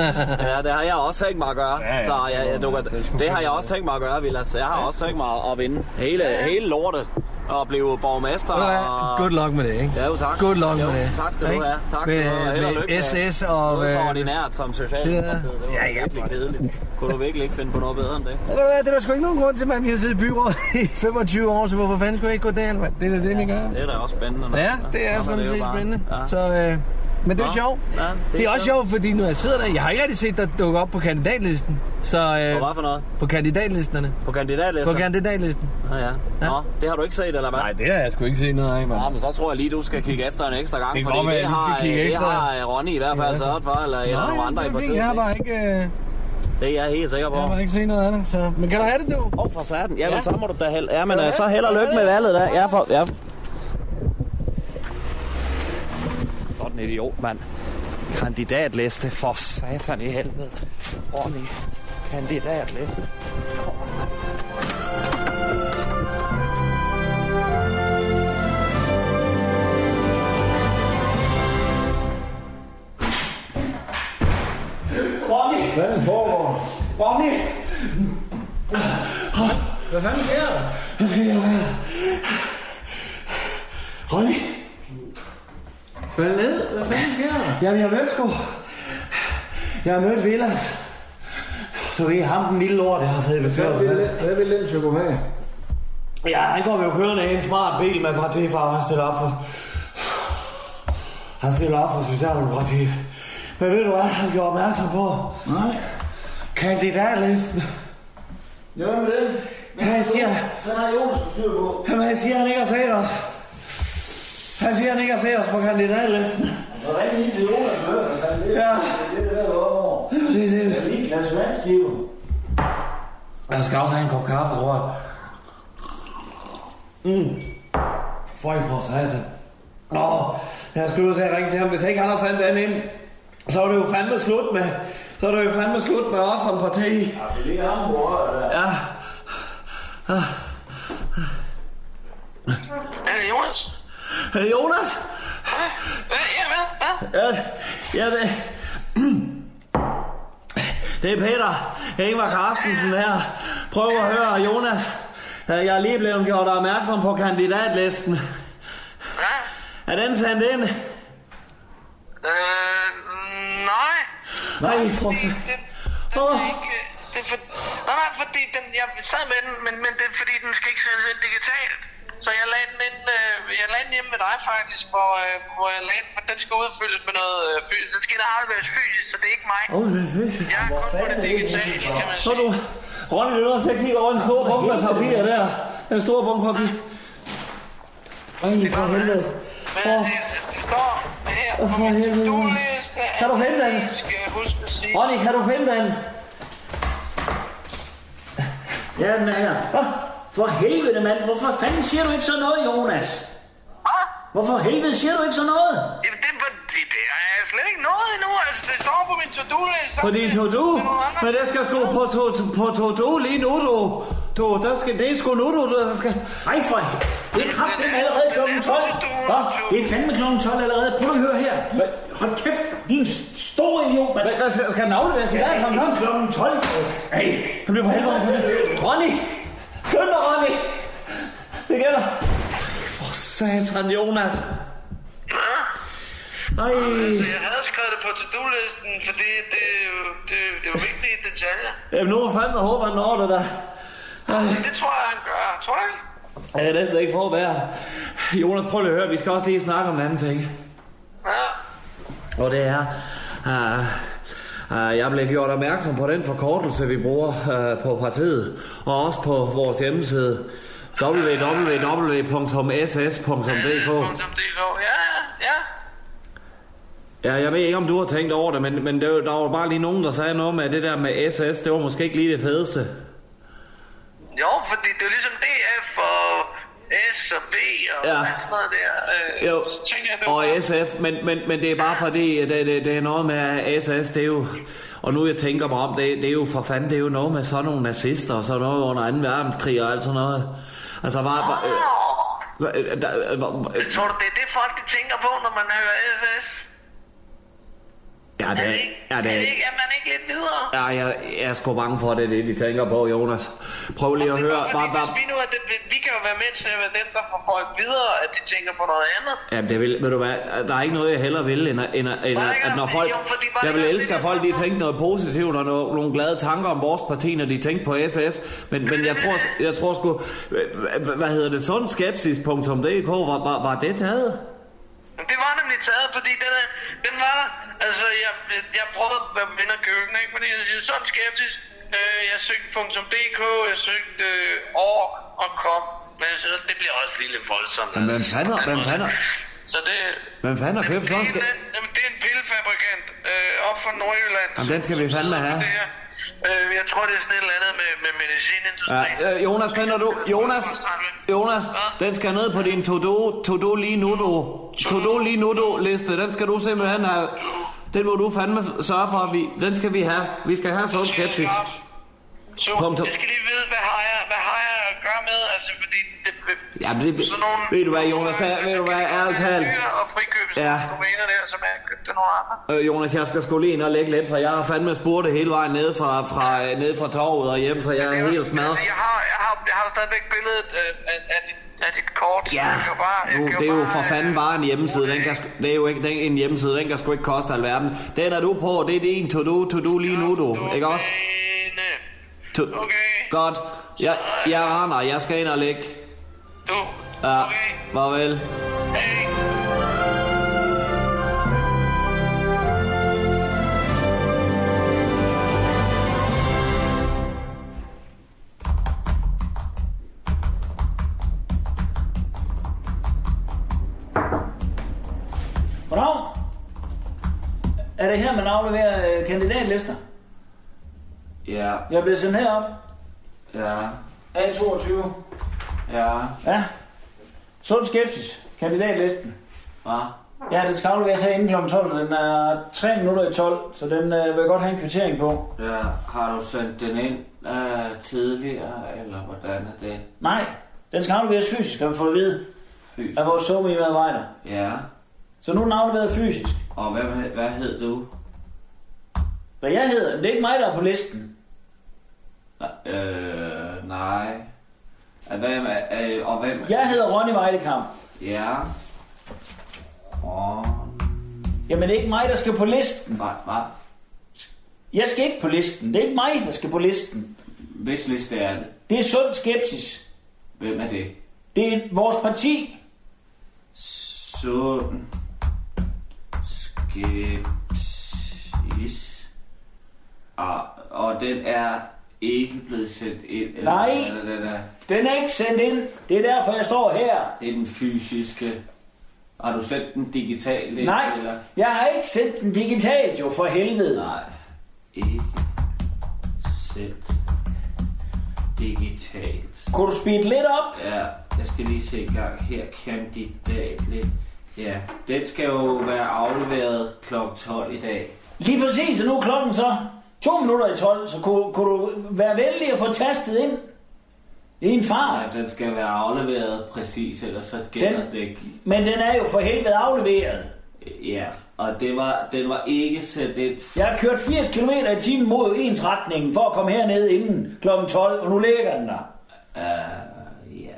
J: ja, det har jeg også tænkt mig at gøre.
B: Ja, ja.
J: Så ja, ja, du, kan- det har jeg også tænkt mig at gøre, Vilas. Jeg har også tænkt mig at vinde hele, hele lortet og blive borgmester.
B: Ved du hvad?
J: og...
B: Good luck med det, ikke?
J: Ja, jo, tak.
B: Good luck
J: jo,
B: med det.
J: Tak skal du
B: Ikke?
J: have. Tak skal du
B: Med-
J: have. Held og
B: med
J: lykke. med
B: SS og,
J: Noget så
B: øh,
J: ordinært som socialdemokratiet. Det var ja, ja, virkelig kedeligt. Kunne du virkelig ikke finde på noget bedre end det?
B: Ved du hvad, det er der sgu ikke nogen grund til, man har siddet i byrådet i (laughs) 25 år, så hvorfor fanden skulle jeg ikke gå derind, mand? Det er da det, vi gør.
J: Det er da også spændende. nok.
B: Ja, det er
J: Nå, men
B: sådan
J: jo
B: set
J: bare-
B: spændende.
J: Ja.
B: Så, øh, men det er
J: Nå,
B: sjovt.
J: ja, det er
B: Det er også
J: sjovt.
B: sjovt, fordi når jeg sidder der, jeg har ikke rigtig set dig dukke op på kandidatlisten. Så
J: På
B: øh,
J: hvad for noget?
B: på kandidatlisterne.
J: På kandidatlisten?
B: På kandidatlisten.
J: Nå, ja. Nå, det har du ikke set, eller hvad?
B: Nej, det har jeg sgu ikke set noget af, mand.
J: Ja, men så tror jeg lige, du skal kigge efter en ekstra gang,
B: Det kan
J: fordi
B: godt være,
J: det
B: jeg lige skal
J: har,
B: kigge
J: det
B: efter.
J: har øh, Ronny i hvert fald
B: Ja.
J: sørget for, eller, eller
B: Nej,
J: nogle andre i
B: det er
J: partiet.
B: fint. Jeg har
J: ikke?
B: bare ikke, øh,
J: Det er jeg helt sikker på.
B: jeg har bare ikke set noget af det. Så. Men kan du have det, du?
J: Åh, oh, for satan. Ja, men så må du da held. Ja, men
B: Kan du
J: øh, så
B: have-
J: held og
B: kan du
J: lykke
B: have det?
J: med valget der. Ja, for... Ja. Sådan en idiot, mand. Kandidatliste for satan i helvede. Ronny, kandidatliste.
B: Hvad fanden sker der?
G: Ronny,
B: Hvad ned? Hvad fanden sker der?
G: jamen jeg mødte sgu. Jeg har mødt Vilas. Du ved, ham den lille lort, jeg har siddet ved køret med.
B: Hvad vil den chokolade?
G: Ja, han kom jo kørende i en smart bil med partifar, han stiller op for... Han stiller op for Socialdemokratiet. Men ved du hvad, han gjorde opmærksom på?
C: Nej.
G: Kandidatlisten.
C: Ja, hvad med den?
G: Men han siger,
C: Den har Jonas på styr på.
G: jamen, han siger, han ikke har set os. Han siger, han ikke har set os på kandidatlisten.
C: Og rigtig lige til Jonas, hør.
G: Ja.
C: Det er det, der er over.
G: Det er det.
C: Jeg er lige en klasse vandskiver.
G: Jeg skal også have en kop kaffe, tror jeg. Mm. Føj for satan. Nå, jeg skulle ud til at ringe til ham. Hvis ikke han har sendt den ind, så er det jo fandme slut med... Så er det jo fandme slut med os som parti.
C: Det er ham, bror.
G: Ja.
K: Er det Jonas?
G: Øh, Jonas?
K: Hvad? Ja, hvad? Hvad?
G: Ja, ja det... Det er Peter Ingvar Carstensen her. Prøv at høre, Jonas. Øh, Jeg er lige blevet gjort opmærksom på kandidatlisten.
K: Ja.
G: Er den sendt ind?
K: Øh, nej.
G: Nej, for
K: Det, det, det, det, er ikke, det er for, nej, nej, fordi den, jeg sad med den, men, men det er fordi, den skal ikke sendes ind digitalt. Så jeg lagde den ind, øh, jeg lagde den hjemme med dig faktisk, hvor, øh, hvor jeg lagde den, for den skal udfyldes med noget øh, fysisk. Den skal der afleveres fysisk, så det er ikke mig.
G: Åh, det er fedt.
K: Jeg er kun på det digitale, kan man
G: Så
K: sige.
G: du, Ronny, du er nødt til at kigge over en stor bunke med papir der. En stor bunke papir. Ej, for helvede.
K: Men
G: Åh,
K: det, det står her
G: Åh,
K: på
G: for
K: min
G: helvede.
K: to-liste, at
G: Kan du finde den?
K: jeg skal huske at sige...
G: Ronny, kan du finde den?
C: Ja, den er her. For helvede, mand. Hvorfor fanden siger du ikke sådan noget, Jonas? Hvorfor helvede siger du ikke sådan noget?
K: Jamen, det, var- det, det er jeg slet ikke noget endnu. Altså, det står på min to-do-liste.
G: På din to-do? Men det skal sgu på, to, på to-do lige nu, du. Du, der skal, det er sgu nu, du. Der skal...
C: Ej, for, Det er kraftigt allerede kl. 12. Hva? Det er fandme kl. 12 allerede. Prøv at høre her. Hold kæft, din stor idiot, mand. Hvad,
J: skal, skal den afleveres i dag? Kom, kom.
C: Kl. 12.
J: Hey, kom nu for helvede. Kom nu. Ronny! Skynd dig, Ronny! Det gælder. For satan, Jonas. Ej.
K: Altså, jeg havde skrevet det på to-do-listen, fordi det, er jo- det, det er jo vigtige detaljer.
J: Jamen, nu må fandme håbe, han når det der. Ej.
K: Det tror jeg, han gør. Tror du ikke?
J: Ja, det er næsten ikke for at være. Jonas, prøv lige at høre, vi skal også lige snakke om en anden ting. Ja. Og det er, uh, uh, jeg blev gjort opmærksom på den forkortelse, vi bruger uh, på partiet, og også på vores hjemmeside www.ss.dk.
K: Det går, ja, ja, ja.
J: Ja, jeg ved ikke, om du har tænkt over det, men, men det, var- der var bare lige nogen, der sagde noget med at det der med SS. Det var måske ikke lige det fedeste.
K: Jo, fordi det er jo ligesom DF og S og V og
J: Ja.
K: ja. sådan noget der. Øh,
J: Jo,
K: Så tænker jeg, det
J: og
K: var...
J: SF, men, men, men det er bare fordi, at det, det, det er noget med at SS, det er jo, og nu jeg tænker mig om, det, det er jo for fanden, det er jo noget med sådan nogle nazister og sådan noget under 2. verdenskrig og alt sådan noget. Altså bare... bare øh, hva- øh, der, øh, hvor- øh,
K: Tror du, det er det, folk de tænker på, når man hører SS?
J: ja, det, ja,
K: Er, det
J: det,
K: ikke, er man ikke lidt videre?
J: ja, jeg, jeg er sgu bange for, at det er det, de tænker på, Jonas. Prøv lige at høre. Bare, bare,
K: Hvis vi nu er det, vi- vi kan jo være med til at være dem, der får folk videre, at de tænker på noget andet.
J: Jamen, det vil, ved du hvad, der er ikke noget, jeg hellere vil, end, at- end, at- end at, at når folk... Jeg vil elske, at folk de tænker noget positivt og no- nogle glade tanker om vores parti, når de tænker på SS. Men, men jeg tror, jeg tror sgu... Hvad, hvad hedder det? Sundskepsis.dk, var, var, var det taget?
K: Men Det var nemlig taget, fordi den, er, den var der. Altså, jeg, jeg- jeg prøvede at være vinder køkken, ikke? Fordi jeg siger, sådan skeptisk. Øh, jeg søgte .dk, jeg søgte øh, år og kom. Men jeg synes, det bliver også lige lidt voldsomt. altså.
J: Jamen, hvem fanden har- hvem fanden har-
K: Så det...
J: Hvem fanden har købt
K: det er
J: sådan
K: en-
J: skab-
K: Jamen, det er en pillefabrikant øh, op fra Nordjylland.
J: Jamen, den skal vi fandme have.
K: Det her. Øh, jeg tror, det er sådan et eller andet med, med
J: Ja,
K: medicinindustrien.
J: øh, Jonas, kender du? Jonas, Jonas, den skal ned på din to-do, to-do lige nu, du. To-do lige nu, du liste. Den skal du simpelthen have. Den må du fandme sørge for, at vi, den skal vi have. Vi skal have sund skepsis.
K: Så
J: Punktum.
K: jeg skal lige vide, hvad har jeg, hvad har jeg at gøre med? Altså, fordi det,
J: Ja, men det, ved du hvad, Jonas, der, ved du hvad, ærligt talt.
K: og frikøbes
J: Ja.
K: ja. domæner der, som jeg købte nogle andre.
J: Øh, Jonas, jeg skal sgu lige ind og lægge lidt, for jeg har fandme spurgt det hele vejen ned fra, fra, øh, ned fra torvet og hjem, så jeg er helt smadret.
K: Altså, jeg har, jeg har, jeg har stadigvæk billedet øh, af, af, dit, af dit kort. så
J: Ja,
K: jeg kan jo bare, jeg
J: nu,
K: kan
J: det er jo
K: bare,
J: for fanden bare en hjemmeside. Den kan, sgu- det er jo ikke den, en hjemmeside, den kan sgu ikke koste alverden. Den er du på, det er din to-do, to-do lige nu, du. Ikke også?
K: er, øh,
J: To, okay. Godt. Jeg, jeg render, jeg skal ind og ligge.
K: Du?
J: Ja, farvel.
C: Goddag. Er det her, man afleverer øh, kandidatlister?
J: Ja,
C: Jeg bliver sendt herop.
J: ja,
C: A22.
J: ja.
C: Ja. Sund skepsis. Kandidatlisten.
J: Hvad?
C: Ja, den skal afleveres her inden kl. 12. Den er 3 minutter i 12, så den øh, vil jeg godt have en kvittering på.
J: Ja, har du sendt den ind øh, tidligere, eller hvordan er det?
C: Nej, den skal afleveres fysisk, har vi fået at vide. Af vores SoMe-medarbejder.
J: Ja,
C: Så nu er den afleveret fysisk.
J: og hvad, hvad hed du?
C: Hvad jeg hedder, det er ikke mig, der er på listen.
J: Øh, nej. Hvem, øh, og hvem?
C: Jeg hedder Ronny Vejlekamp.
J: Ja. Åh,
C: Jamen, det er ikke mig, der skal på listen.
J: nej, nej.
C: Jeg skal ikke på listen. Det er ikke mig, der skal på listen.
J: Hvis liste er det.
C: Det er sund skepsis.
J: Hvem er det?
C: Det er vores parti.
J: Sund. Skepsis. Og, Ah, og den er ikke blevet sendt ind? Eller
C: Nej.
J: hvad er det, den er?
C: Den er ikke sendt ind. Det er derfor, jeg står her.
J: Det er den fysiske. Har du sendt den digitalt? ind,
C: Nej,
J: Eller?
C: jeg har ikke sendt den digitalt, jo for helvede.
J: Nej, ikke sendt digitalt.
C: Kunne du speede lidt op?
J: Ja, jeg skal lige se i gang. Her kandidat lidt. Ja, den skal jo være afleveret kl. 12 i dag.
C: Lige præcis, og nu er klokken så to minutter i 12, så kunne, kunne du være venlig at få tastet ind. Det er en far.
J: Ja, den skal være afleveret præcis, ellers så gælder den, det ikke.
C: Men den er jo for helvede afleveret.
J: Ja, og det var, den var ikke sæt ind.
C: Jeg har kørt 80 km i timen mod ens retning for at komme herned inden kl. 12, og nu ligger den der.
J: Uh, ja,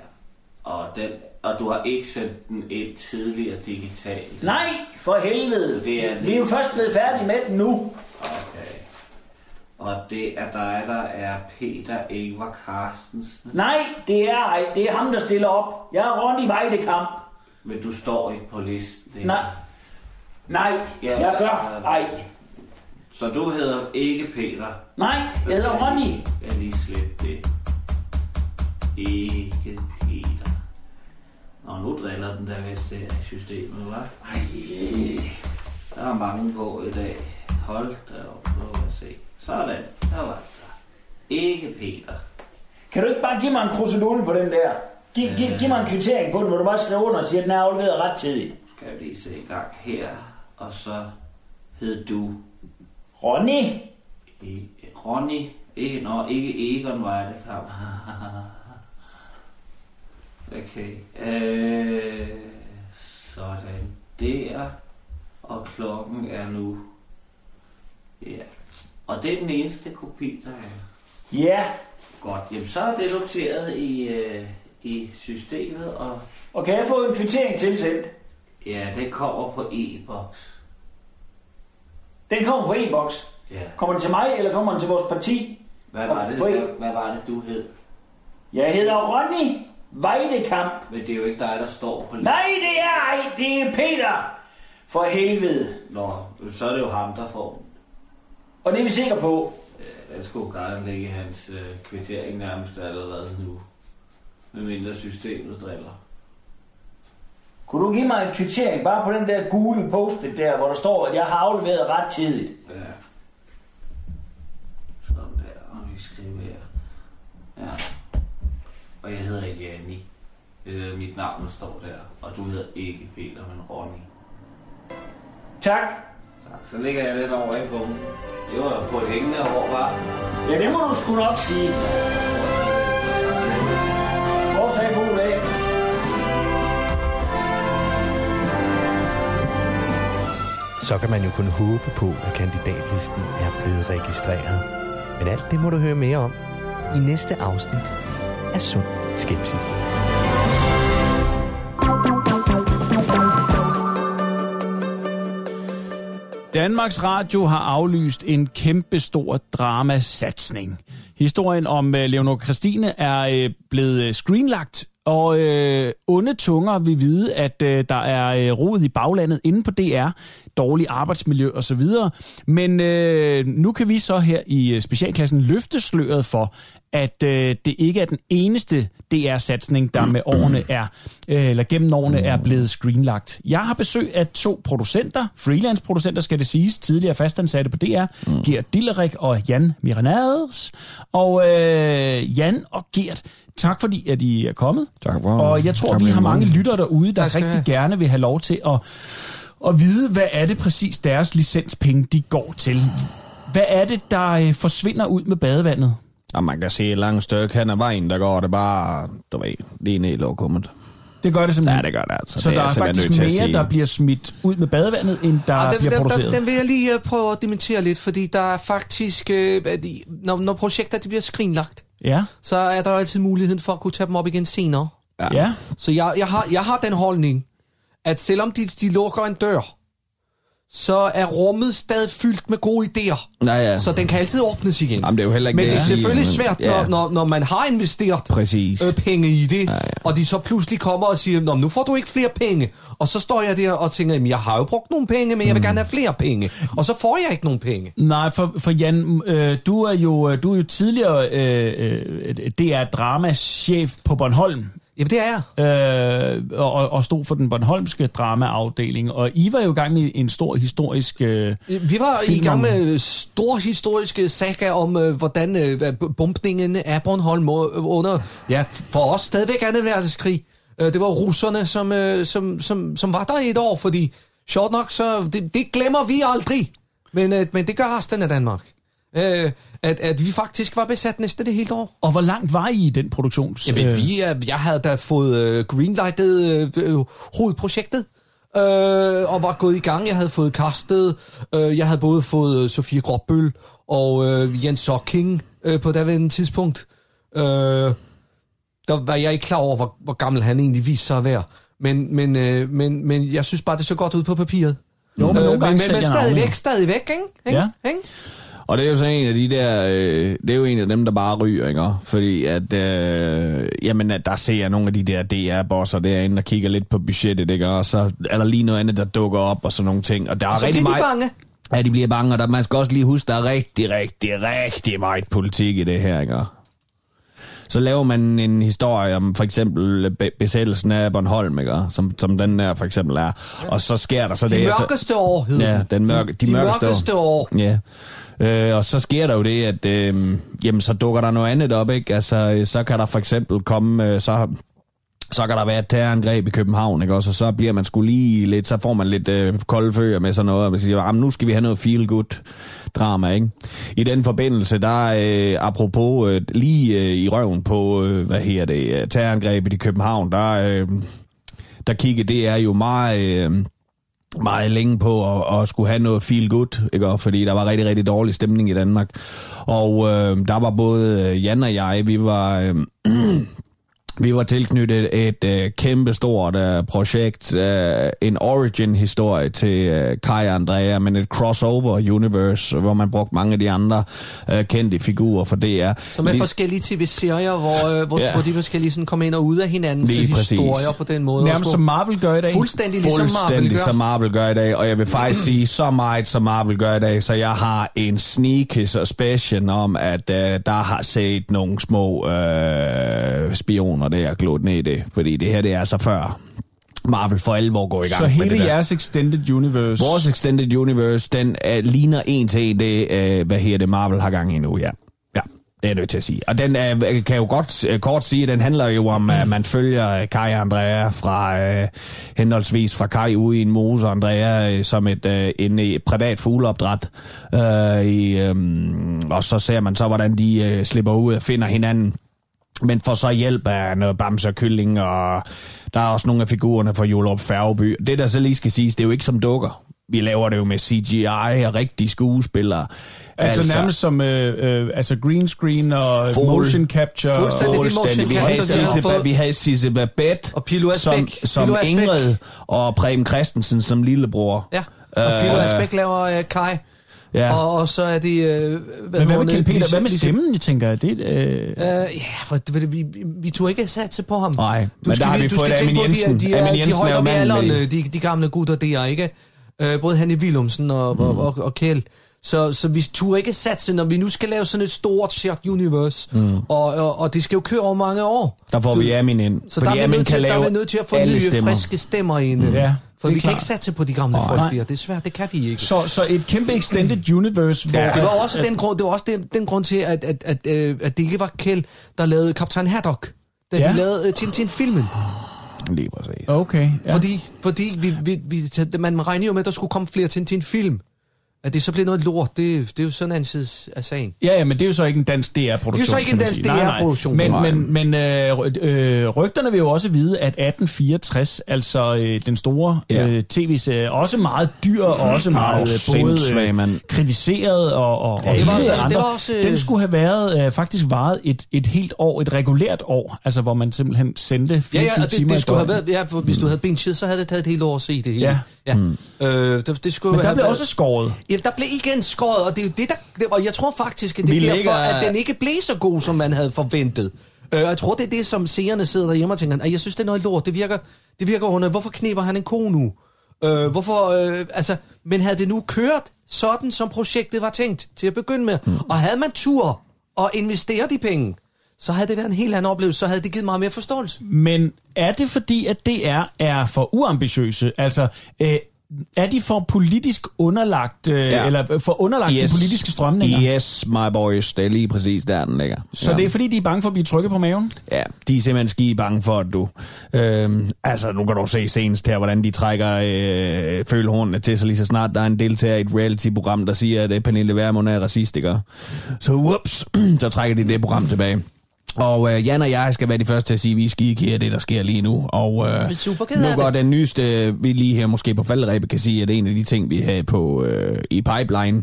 J: og, den, og du har ikke sendt den ind tidligere digitalt.
C: Nej, for helvede.
J: Det er
C: Vi er jo først blevet færdige med den nu.
J: Okay. Og det er dig, der er Peter Elver Carstensen.
C: Nej, det er ej. Det er ham, der stiller op. Jeg er Ronny Vejdekamp.
J: Men du står ikke på listen. ikke?
C: Nej. Nej,
J: Ja,
C: jeg gør.
J: øh,
C: Ej.
J: Så du hedder ikke Peter.
C: Nej, jeg hedder Ronny.
J: Jeg lige slet det. Ikke Peter. Nå, nu driller den der vist det her systemet, hva'? Ej, der er mange på i dag. Hold da op, nu må jeg se. Sådan, der var det der. Ikke Peter.
C: Kan du ikke bare give mig en krusedulle på den der? Giv, giv, giv mig en kvittering på den, hvor du bare skriver under og siger, at den er afleveret ret tidligt.
J: Skal jeg lige se i gang her, og så hed du
C: Ronny.
J: I, Ronny. Ikke, nå, ikke Egon Vejlekamp. (laughs) okay. Øh, sådan der. Og klokken er nu. Ja. Og det er den eneste kopi, der er.
C: Ja.
J: Godt. Jamen, så er det noteret i, øh, i systemet, og
C: Og kan jeg få en kvittering tilsendt?
J: ja, det kommer på e-boks.
C: Den kommer på e-boks.
J: Ja.
C: Kommer den til mig, eller kommer den til vores parti?
J: Hvad
C: Og
J: var, det,
C: få en-
J: hvad, hvad var det, du hed?
C: Jeg hedder Ronny Vejdekamp.
J: Men det er jo ikke dig, der står på
C: Nej, det er ej, det er Peter. For helvede.
J: Nå, så er det jo ham, der får den.
C: Og det er vi sikre på.
J: Ja, den skulle gerne ligge i hans øh, kvittering nærmest allerede nu. Med mindre systemet driller.
C: Kunne du give mig en kvittering bare på den der gule post der, hvor der står, at jeg har afleveret ret tidligt?
J: Ja. Sådan der, og vi skriver her. Ja. Og jeg hedder ikke Annie. Det er øh, mit navn, der står der. Og du hedder ikke Peter, men Ronny.
C: Tak.
J: Tak. Så lægger jeg den over i bunken. Det var jo på et hængende hår, var.
C: Ja, det må du sgu nok sige. Fortsat god dag.
L: Så kan man jo kun håbe på, at kandidatlisten er blevet registreret. Men alt det må du høre mere om i næste afsnit af Sund Skepsis.
G: Danmarks Radio har aflyst en kæmpestor dramasatsning. Historien om øh, Leonor Christine er øh, blevet øh, screenlagt, og øh, onde tunger vil vide, at øh, der er øh, rod i baglandet inde på DR, dårlig arbejdsmiljø osv. Men øh, nu kan vi så her i øh, specialklassen løfte sløret for, at øh, det ikke er den eneste DR-satsning, der med årene er, øh, eller gennem årene
F: Mm.
G: er blevet screenlagt. Jeg har besøg af to producenter, freelance-producenter skal det siges, tidligere fastansatte på DR, mm. Gert Dillerik og Jan Miranades. Og øh, Jan og Gert, tak fordi at I er kommet.
F: Tak for
G: Og jeg tror,
F: Tak for
G: vi har
F: din
G: mange
F: måde.
G: lyttere derude, der rigtig gerne vil have lov til at, at vide, hvad er det præcis deres licenspenge, de går til. Hvad er det, der øh, forsvinder ud med badevandet?
F: Og man kan se et langt stykke hen ad vejen, der går det bare, du ved, lige ned i lokummet.
G: Det gør det simpelthen.
F: Ja, det gør det altså.
G: Så
F: det
G: der er
F: simpelthen
G: faktisk
F: nødt til at
G: mere,
F: sige.
G: der bliver smidt ud med badevandet, end der
M: Ah,
B: Og
G: Ah, bliver
B: den,
G: produceret.
B: den, den vil jeg lige øh, prøve at dementere lidt, fordi der er faktisk, øh, at i- når, når projekter de bliver skrinlagt,
G: Ja.
B: så er der jo altid muligheden for at kunne tage dem op igen senere.
F: Ja.
G: ja.
B: Så jeg, jeg, har, jeg har den holdning, at selvom de, de lukker en dør, så er rummet stadig fyldt med gode idéer.
F: Ja, ja.
B: Så den kan altid åbnes igen.
F: Jamen, det er jo heller ikke
B: Men
F: det,
B: det er
F: jeg siger,
B: selvfølgelig
F: men-
B: svært,
F: ja.
B: når, når, når man har investeret
F: Præcis.
B: Øh, penge i det, ja, ja. og de så pludselig kommer og siger, Nå, men nu får du ikke flere penge. Og så står jeg der og tænker, Jamen, jeg har jo brugt nogle penge, men jeg
F: Mm.
B: vil gerne have flere penge. Og så får jeg ikke nogen penge.
G: Nej, for, for Jan, øh, du, er jo, øh, du er jo tidligere øh, øh, DR-dramachef på Bornholm.
B: Jamen, det er
G: jeg. Øh, og, og- og stod for den bornholmske dramaafdeling. Og I var jo i gang med en stor historisk øh,
B: Øh, Vi var
G: film
B: i gang
G: om-
B: med øh, stor historiske saga om, øh, hvordan øh, hvad b- bombningen af Bornholm øh, under, ja, f- for os stadigvæk 2. verdenskrig. Øh, det var russerne, som, øh, som, som, som var der i et år, fordi sjovt nok, så det, det glemmer vi aldrig. Men, øh, men det gør resten af Danmark. Øh, at, at vi faktisk var besat næsten det hele år.
G: Og hvor langt var I i den produktion?
B: Jamen, vi, er- jeg havde da fået øh, greenlightet øh, øh, hovedprojektet, øh, og var gået i gang. Jeg havde fået kastet, øh, jeg havde både fået øh, Sofie Gråbøl og øh, Jens Socking øh, på daværende tidspunkt. Øh, der var jeg ikke klar over, hvor, hvor gammel han egentlig viste sig at være. Men, men, øh, men, men jeg synes bare, det så godt ud på papiret. Øh,
G: Jo, men nogle gange
B: men, men,
G: sælger
B: men
G: navne, jo.
B: stadigvæk, stadigvæk, ikke? ikke? Ja. ikke?
F: Og det er jo så en af de der, øh, det er jo en af dem, der bare ryger, ikke? Fordi at, øh, jamen, at der ser jeg nogle af de der DR-bosser derinde, der kigger lidt på budgettet, ikke? Og så er der lige noget andet, der dukker op og sådan nogle ting. Og der er
B: Og så
F: rigtig
B: bliver de
F: meget...
B: bange.
F: Ja, de bliver bange, og der, man skal også lige huske, der er rigtig, rigtig, rigtig meget politik i det her, ikke? Så laver man en historie om for eksempel øh, be- besættelsen af Bornholm, ikke? Som, som den der for eksempel er. Og så sker der så
B: De
F: det... så-
B: mørkeste år hed
F: Ja, den mørke, de,
B: de mørkeste år.
F: Ja. Øh, og så sker der jo det, at øh, jamen, så dukker der noget andet op, ikke? Altså, øh, så kan der for eksempel komme, øh, så, så kan der være et terrorangreb i København, ikke? Også, og så bliver man skulle lige lidt, så får man lidt øh, kolde føger med sådan noget, og man siger, jamen, nu skal vi have noget feel-good drama, ikke? I den forbindelse, der øh, apropos øh, lige øh, i røven på, øh, hvad her det, øh, terrorangrebet i København, der, øh, der kigger det er jo meget... Øh, meget længe på at, at skulle have noget feel good, ikke? Og fordi der var rigtig, rigtig dårlig stemning i Danmark. Og øh, der var både øh, Jan og jeg, vi var, øh, (clears throat) vi var tilknyttet et øh, kæmpestort øh, projekt, øh, en origin-historie til øh, Kai og Andrea, men et crossover-universe, hvor man brugte mange af de andre øh, kendte figurer for DR.
B: Så med
F: Lige-
B: forskellige tv-serier, hvor, øh, hvor,
F: Ja.
B: ja. hvor de forskellige sådan kommer ind og ud af hinandens
F: Lige præcis.
B: historier på den måde. Og skulle- Fuldstændig ligesom Marvel gør.
F: Fuldstændig som Marvel gør i dag, og jeg vil faktisk sige så meget, som Marvel gør i dag, så jeg har en sneaky suspicion om, at øh, der har set nogle små øh, spioner der glået ned i det, fordi det her det er så før Marvel for alvor går i gang
G: øh, Så
F: med det
G: hele
F: der.
G: jeres Extended Universe...
F: Vores Extended Universe, den øh, ligner en til en det, øh, hvad her det, Marvel har gang i nu, ja. Ja, det er jeg nødt til at sige. Og den øh, kan jeg jo godt øh, kort sige, den handler jo om, at man følger øh, Kai og Andrea fra, øh, henholdsvis fra Kai ude i en mose, og Andrea øh, som et, øh, en øh, privat fugleopdræt. Øh, i, øh, og så ser man så, hvordan de øh, slipper ud og finder hinanden. Men får så hjælp af noget bamse og kylling, og der er også nogle af figurerne fra Jolop Færgeby. Det, der så lige skal siges, det er jo ikke som dukker. Vi laver det jo med CGI og rigtige skuespillere.
G: Altså, altså nærmest som øh, øh, altså green screen og
F: Fuld-
G: motion capture.
F: Fuldstændig,
G: og,
F: fuldstændig. Vi havde Sisse, Ba- vi havde Sisse Babette
B: og Pilo
F: som,
B: Asbæk.
F: som
B: Pilo Asbæk.
F: Ingrid og Preben Christensen som lillebror.
B: Ja, og Peter
F: Øh,
B: Asbæk laver øh, Kai.
F: Ja.
B: Ja. Og, og så er det... Øh,
G: Men hvad med Kim Peter? Hvad
B: stemmen?
G: med stemmen, jeg tænker? Er Det, øh,
B: Øh, ja, for det, ved du, vi, vi, vi tog ikke satse på ham.
F: Nej, men der har vi fået Amin Jensen.
B: De, de, er-
F: Amin
B: de, er- de
F: Jensen er
B: holder
F: jo
B: med
F: manden med
B: alderen,
F: det.
B: øh, de, de gamle gutter der, ikke? Øh, både Hanne Willumsen og, mm. og, og, og Kjell. Så, så vi turde ikke satse, når vi nu skal lave sådan et stort shared universe. Mm. Og, og, og det skal jo køre over mange år.
F: Der får vi Amin ind.
B: Så der er, vi
F: Amin
B: nødt
F: kan
B: til, der er vi
F: lave
B: nødt til at få
F: alle
B: nye,
F: stemmer.
B: friske stemmer ind.
G: Ja, det er
B: for vi kan
G: klart.
B: ikke satse på de gamle
G: Nej.
B: folk der. Det er svært, det kan vi ikke.
G: så, så et kæmpe
B: (clears throat)
G: Extended Universe, hvor...
B: Ja. Det var også
G: at-
B: den grund, det var også den, den grund til, at, at, at, øh, at det ikke var Kjeld, der lavede Kaptajn Haddock, da ja.
G: Ja.
B: de lavede øh, Tintin-filmen.
F: Lige præcis.
G: Okay, ja.
B: Fordi, fordi vi, vi, vi, man regnede jo med, at der skulle komme flere Tintin-film. At det så blev noget lort, det, det er jo sådan en side af sagen.
G: Ja, ja, men det er jo så ikke en dansk DR-produktion.
B: Det er jo så ikke
G: kan
B: en
G: man
B: dansk
G: sige. Nej, nej.
B: DR-produktion. Nej.
G: Men, men, men øh, ry- øh, rygterne vil jo også vide, at 1864, altså øh, den store
F: Ja.
G: ja. øh, tv-serie, også meget dyr og også
F: Mm. Au,
G: meget øh, både
F: sindsvag, mand.
G: kritiseret og, og,
F: Ja,
G: og
F: det var-
G: alle
F: det- det
G: andre.
F: var også, øh,
G: Den skulle have været øh, faktisk varet et, et helt år, et regulært år, altså hvor man simpelthen sendte 24
B: Ja, ja, og det,
G: timer i
B: det skulle have
G: døgnet.
B: været, ja, for hvis du havde benchet, så havde det taget et helt år at se det hele.
G: Ja.
B: ja. Mm. Øh, det, det skulle
G: Men der
B: have
G: blev
B: været-
G: også skåret.
B: Ja, der blev igen skåret, og det er jo det, der... Det, og jeg tror faktisk, at det
F: Vi
B: er derfor,
F: ligger-
B: at den ikke blev så god, som man havde forventet. Øh, og jeg tror, det er det, som seerne sidder derhjemme og tænker, at jeg synes, det er noget lort. Det virker, det virker under. Hvorfor kniber han en ko nu? Øh, hvorfor, øh, altså, men havde det nu kørt sådan, som projektet var tænkt til at begynde med, mm. og havde man tur og investere de penge, så havde det været en helt anden oplevelse, så havde det givet meget mere forståelse.
G: Men er det fordi, at DR er for uambitiøse? Altså, øh, er de for politisk underlagt, øh,
F: Ja.
G: ja. eller for underlagt yes. de politiske strømninger?
F: Yes, my boys. Det er lige præcis der, den ligger.
G: Så det er fordi, de er bange for at blive trykket på maven?
F: Ja, de er simpelthen skide bange for, at du... Øhm, altså, nu kan du se senest her, hvordan de trækker øh, følehornene til sig lige så snart. Der er en deltager i et reality-program, der siger, at øh, Pernille Vermund er racist, ikke? Så whoops, (clears throat) så trækker de det program tilbage. Og øh, Jan og jeg skal være de første til at sige, at vi er skide kede af det, der sker lige nu. Og øh,
C: Vi er superkede af
F: nu
C: det.
F: går den nyeste, øh, vi lige her måske på faldrebet kan sige, at en af de ting, vi har på, øh, i pipeline,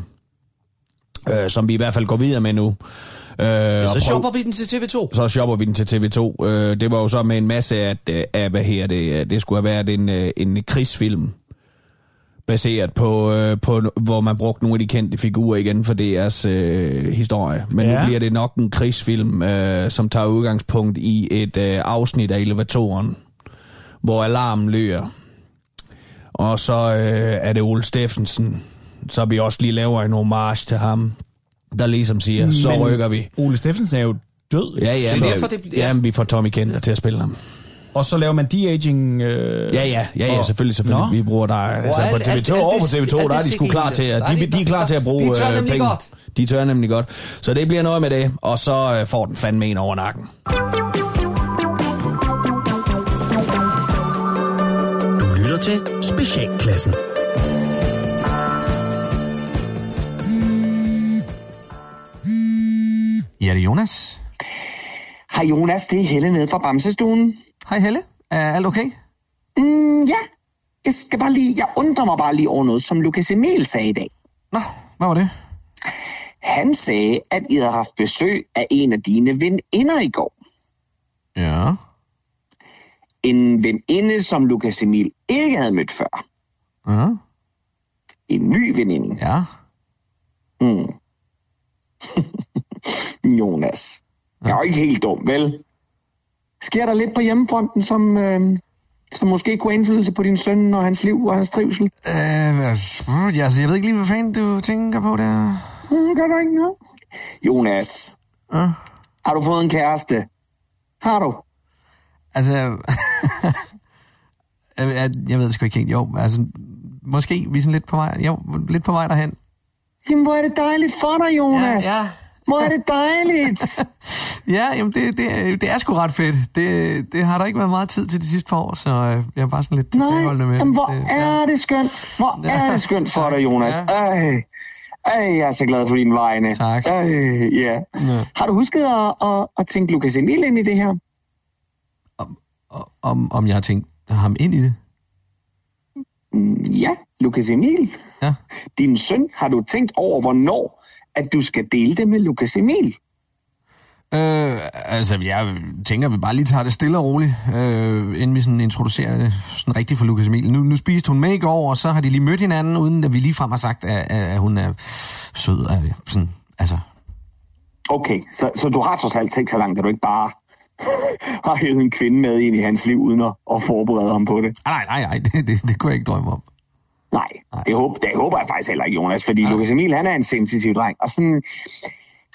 F: øh, som vi i hvert fald går videre med nu. Øh, og
C: Så
F: prøv-
C: shopper vi den til TV2.
F: så shopper vi den til TV2. Øh, det var jo så med en masse at, øh, af, hvad her det, øh, det skulle have været en, øh, en krigsfilm, baseret på, øh, på, n- hvor man brugte nogle af de kendte figurer igen for deres øh, historie. Men ja.
G: Ja.
F: nu bliver det nok en krigsfilm, øh, som tager udgangspunkt i et øh, afsnit af elevatoren, hvor alarmen løger. Og så øh, er det Ole Steffensen, så vi også lige laver en homage til ham, der ligesom siger, så
G: Men
F: rykker vi.
G: Ole Steffensen er jo død. ikke?
F: Ja, ja,
G: Så-
F: men, derfor, det, ja. ja men vi får Tommy Kenter til at spille ham.
G: Og så laver man de-aging... Øh,
F: Ja, ja, ja, ja
G: og-
F: selvfølgelig, selvfølgelig.
G: Nå.
F: Vi bruger der, altså på
G: alt- alt-
F: TV2
G: alt
F: og på
G: det-
F: TV2,
G: alt
F: der er
G: det
F: de sgu klar til, at
G: sikkert i
F: de,
G: det.
F: de er klar til at bruge
G: De tør
F: øh,
G: nemlig
F: penge.
G: godt.
F: De tør nemlig godt. Så det bliver noget med det, og så øh, får den fandme en over nakken.
N: Du lytter til Specialklassen.
B: Ja, det er Jonas.
O: Hej Jonas, det er Helle nede fra Bamsestuen.
B: Hej Helle, er alt okay?
O: Mm, ja, jeg skal bare lige, jeg undrer mig bare lige over noget, som Lukas Emil sagde i dag. Nå, hvad var det? Han sagde, at I havde haft besøg af en af dine veninder i går.
B: Ja.
O: En veninde, som Lukas Emil ikke havde mødt før.
B: Ja.
O: En ny veninde.
B: Ja.
O: Mm. Jonas, jeg er jo ikke helt dum, vel? Sker der lidt på hjemmefronten, som, øh, som måske kunne have indflydelse på din søn og hans liv og hans trivsel?
B: Øh, altså, jeg ved ikke lige, hvad fanden du tænker på der.
O: Mm, gør du ikke noget? Jonas.
B: Ja.
O: Har du fået en kæreste? Har du?
B: Altså, (laughs) jeg, jeg, jeg ved sgu ikke helt. Jo, altså, måske vi er sådan lidt på vej, jo, lidt på vej derhen.
O: Jamen, hvor er det dejligt for dig, Jonas.
B: Ja, ja.
O: Hvor er det dejligt.
B: (laughs) Ja, jamen det, det, det er sgu ret fedt. Det, det har der ikke været meget tid til de sidste par år, så øh, jeg er bare sådan lidt tilbageholdende med
O: Jamen,
B: det.
O: hvor
B: det.
O: er det skønt. Hvor
B: Ja.
O: er det skønt for dig, Jonas.
B: Ja.
O: Øj. Øj, jeg er så glad for dine vegne.
B: Tak.
O: Øj, ja. Har du husket at, at, at tænke Lukas Emil ind i det her?
B: Om, om jeg har tænkt ham ind i det?
O: Mm, Ja, Lukas Emil.
B: Ja.
O: Din søn, har du tænkt over, hvornår at du skal dele det med Lukas Emil?
B: Øh, altså, jeg tænker, at vi bare lige tager det stille og roligt, øh, inden vi sådan introducerer det sådan rigtigt for Lukas Emil. Nu, nu spiste hun med i går, og så har de lige mødt hinanden, uden at vi ligefrem har sagt, at, at, at hun er sød. At, sådan, altså,
O: Okay, så, så du har trods alt tænkt så langt, at du ikke bare (laughs) har hævet en kvinde med ind i hans liv, uden at, at forberede ham på det.
B: nej, nej, nej, det, det, det kunne jeg ikke drømme om.
O: Nej, det håber, det håber jeg faktisk heller ikke, Jonas, fordi Lukas Emil, han er en sensitiv dreng, og sådan,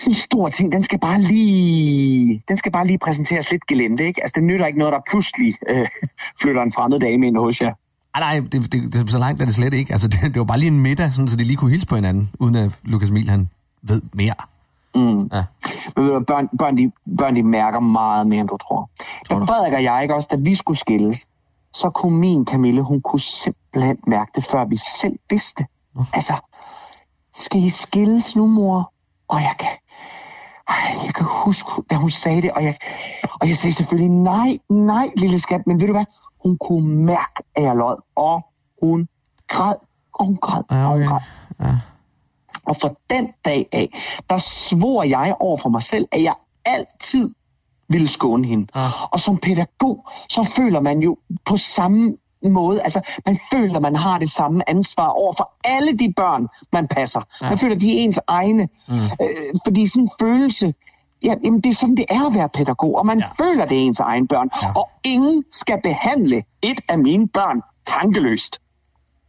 O: sådan en stor ting, den skal bare lige, den skal bare lige præsenteres lidt gelente, ikke? Altså, det nytter ikke noget, der pludselig øh, (laughs) flytter en fremmed dame ind hos jer.
B: Ej, nej, det, det, det, så langt er det slet ikke. Altså, (laughs) det, det var bare lige en middag, sådan, så de lige kunne hilse på hinanden, uden at Lukas Emil, han ved mere.
O: Mm.
B: Ja.
O: Men ved du, hvad, børn, børn, de, børn de mærker meget mere, end du tror. Da Frederik og jeg, ikke også, da vi skulle skilles, så kunne min Camille, hun kunne simpelthen mærke det, før vi selv vidste. Altså, skal I skilles nu, mor? Og jeg kan, ej, jeg kan huske, da hun sagde det, og jeg, og jeg sagde selvfølgelig, nej, nej, lille skat, men ved du hvad? Hun kunne mærke, at jeg lød, og hun græd, og hun græd, og hun græd. Og fra den dag af, der svor jeg over for mig selv, at jeg altid ville skåne hende. Ja. Og som pædagog, så føler man jo på samme måde, altså man føler, man har det samme ansvar over for alle de børn, man passer. Ja. Man føler, de er ens egne. Ah. Mm. Øh, fordi sådan en følelse, ja, jamen det er sådan, det er at være pædagog, og man ja. føler, det er ens egne børn. Ja. Og ingen skal behandle et af mine børn tankeløst.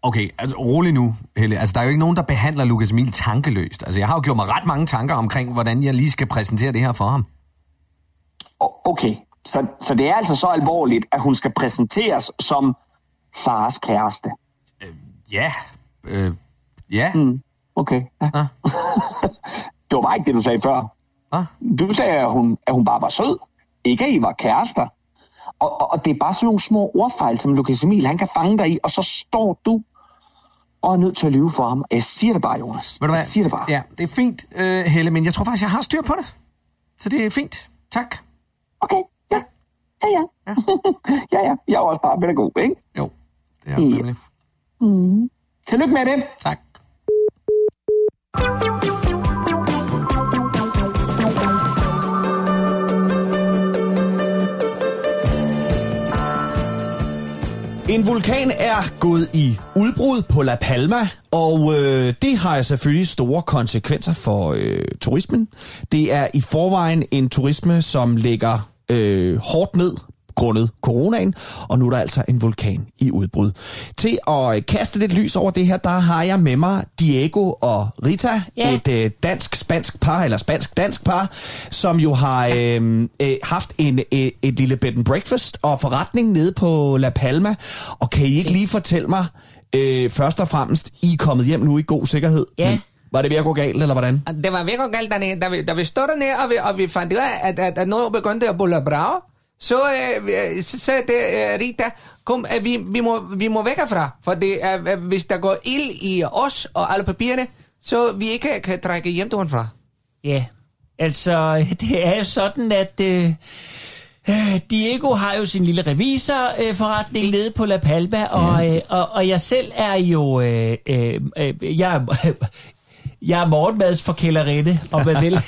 B: Okay, altså rolig nu, Helle. Altså, der er jo ikke nogen, der behandler Lukas Emil tankeløst. Altså, jeg har jo gjort mig ret mange tanker omkring, hvordan jeg lige skal præsentere det her for ham.
O: okay, så, så det er altså så alvorligt, at hun skal præsenteres som fars kæreste.
P: Ja. Øh, ja.
O: Mm, okay. Ja. Ah. (laughs) det var bare ikke det, du sagde før.
P: Ah.
O: Du sagde, at hun, at hun bare var sød. Ikke at I var kærester. Og, og, og det er bare sådan nogle små ordfejl, som Lukas Emil, han kan fange dig i, og så står du og er nødt til at lyve for ham. Jeg siger det bare, Jonas.
P: Ved du
O: Jeg siger det bare.
P: Ja, det er fint, øh, Helle, men jeg tror faktisk, jeg har styr på det. Så det er fint. Tak.
O: Ja, ja. Ja, (laughs) ja. ja. Jeg er også bare pædagog, ikke?
P: Jo, det er du nemlig.
O: Mm. Tillykke med det.
P: Tak.
F: En vulkan er gået i udbrud på La Palma, og øh, det har selvfølgelig store konsekvenser for øh, turismen. Det er i forvejen en turisme, som ligger øh, hårdt ned grundet coronaen, og nu er der altså en vulkan i udbrud. Til at øh, kaste lidt lys over det her, der har jeg med mig Diego og Rita,
M: Ja.
F: et øh, dansk-spansk par, eller spansk-dansk par, som jo har øh, øh, haft en, øh, et lille bed and breakfast og forretning nede på La Palma. Og kan I ikke lige fortælle mig, øh, først og fremmest, I er kommet hjem nu i god sikkerhed?
M: Ja.
F: Men Var det ved at gå galt, eller hvordan?
M: Ah, Det var virkelig galt dernede. Da vi, da vi stod dernede, og vi, og vi fandt ud af, at, at, at noget begyndte at bulle brage, så, øh, vi- så sagde det, øh, Rita, kom, øh, vi, vi, må, vi må væk herfra, for det, øh, øh, hvis der går ild i os og alle papirerne, så vi ikke kan trække hjemturen fra.
C: Ja, altså (laughs) det er jo sådan, at øh, øh, Diego har jo sin lille revisorforretning øh, nede på La Palma, og, øh, og, og jeg selv er jo... Øh, øh, øh, jeg er, (laughs) jeg er morgenmads for kælderinde, og hvad
F: (laughs)
C: vil.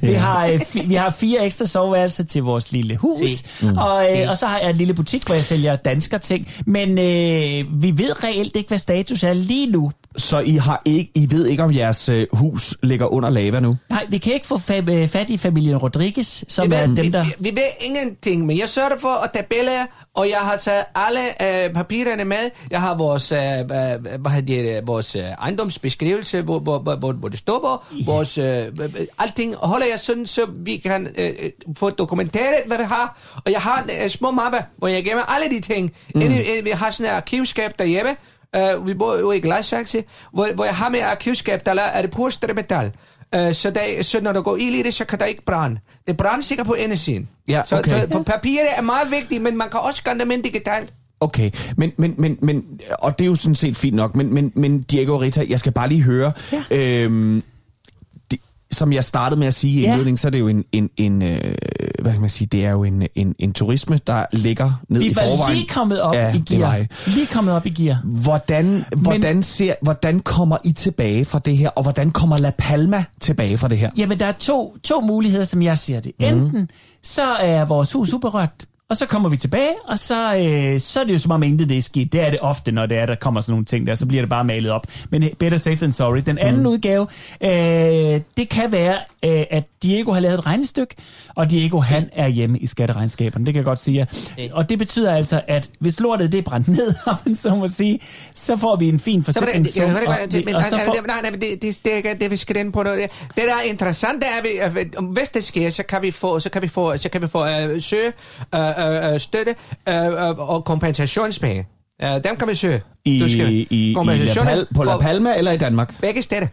C: vi, har, øh, fi, vi har fire ekstra soveværelser til vores lille hus,
M: Se.
C: mm.
M: Mm.
C: og, øh,
M: Se.
C: og så har jeg en lille butik, hvor jeg sælger dansker ting. Men øh, vi ved reelt ikke, hvad status er lige nu.
F: Så I har ikke, I ved ikke, om jeres øh, hus ligger under lava nu?
C: Nej, vi kan ikke få fa- øh, fat i familien Rodriguez, som
M: Vi
C: er
M: ved-
C: dem, der...
M: Vi ved ingenting, men jeg sørger for at tage billeder, og jeg har taget alle øh, papirerne med. Jeg har vores, øh, øh, hvad hedder det, vores øh, ejendomsbeskrivelse, hvor, hvor, hvor, hvor, hvor det står på. Vores, øh, øh, alting holder jeg sådan, så vi kan øh, øh, få dokumenteret, hvad vi har. Og jeg har øh, små mapper, hvor jeg gemmer alle de ting.
Q: Mm.
M: Mm. Inde, øh, vi har sådan et arkivskab derhjemme. Uh, vi bor jo i Gladsaxe, hvor, hvor jeg har med arkivskab, der er det pureste metal. Øh, så, der, så når der går ild i det, så kan der ikke brænde. Det brænder sikkert på indersiden.
F: Ja,
M: så,
F: okay.
M: så for papiret er meget vigtigt, men man kan også gøre det med digitalt.
F: Okay, men, men, men, men, og det er jo sådan set fint nok, men, men, men Diego og Rita, jeg skal bare lige høre, ja. øhm, det, som jeg startede med at sige i
C: Ja.
F: indledningen, så er det jo en, en, en øh, hvad kan man sige, det er jo en, en, en turisme, der ligger ned i
C: Vi
F: forvejen.
C: var lige kommet op
F: ja,
C: i
F: det var
C: gear.
F: I.
C: Lige kommet op i gear.
F: Hvordan, hvordan, ser, hvordan kommer I tilbage fra det her, og hvordan kommer La Palma tilbage fra det her?
C: Jamen, der er to, to muligheder, som jeg ser det. Enten så er vores hus uberørt, og så kommer vi tilbage, og så, øh, så er det jo som om intet det er sket. Det er det ofte, når det er, der kommer sådan nogle ting der, så bliver det bare malet op. Men øh, better safe than sorry. Den anden mm. udgave, øh, det kan være, øh, at Diego har lavet et regnestykke, og Diego han er hjemme i skatteregnskaberne, det kan jeg godt sige jer. Og det betyder altså, at hvis lortet det er brændt ned, (laughs) om man så må sige, så får vi en fin
M: Så var det- det-
C: forsikringssum.
M: jeg hørte
C: og
M: godt,
C: vi-
M: men-
C: og så
M: nej,
C: får-
M: nej, nej, nej, men det- det- Det er ikke det, vi skal ind på. noget. Det, der er interessant, det er, at vi- at hvis det sker, så kan vi få, så kan vi få, så kan vi få øh, søge øh, øh, øh, støtte øh, øh, og kompensationspenge. Øh, dem kan vi søge.
F: I,
M: Du skal-
F: i, i La
M: kompensationer
F: Pal, på La
M: for-
F: Palma eller i Danmark?
M: Begge steder.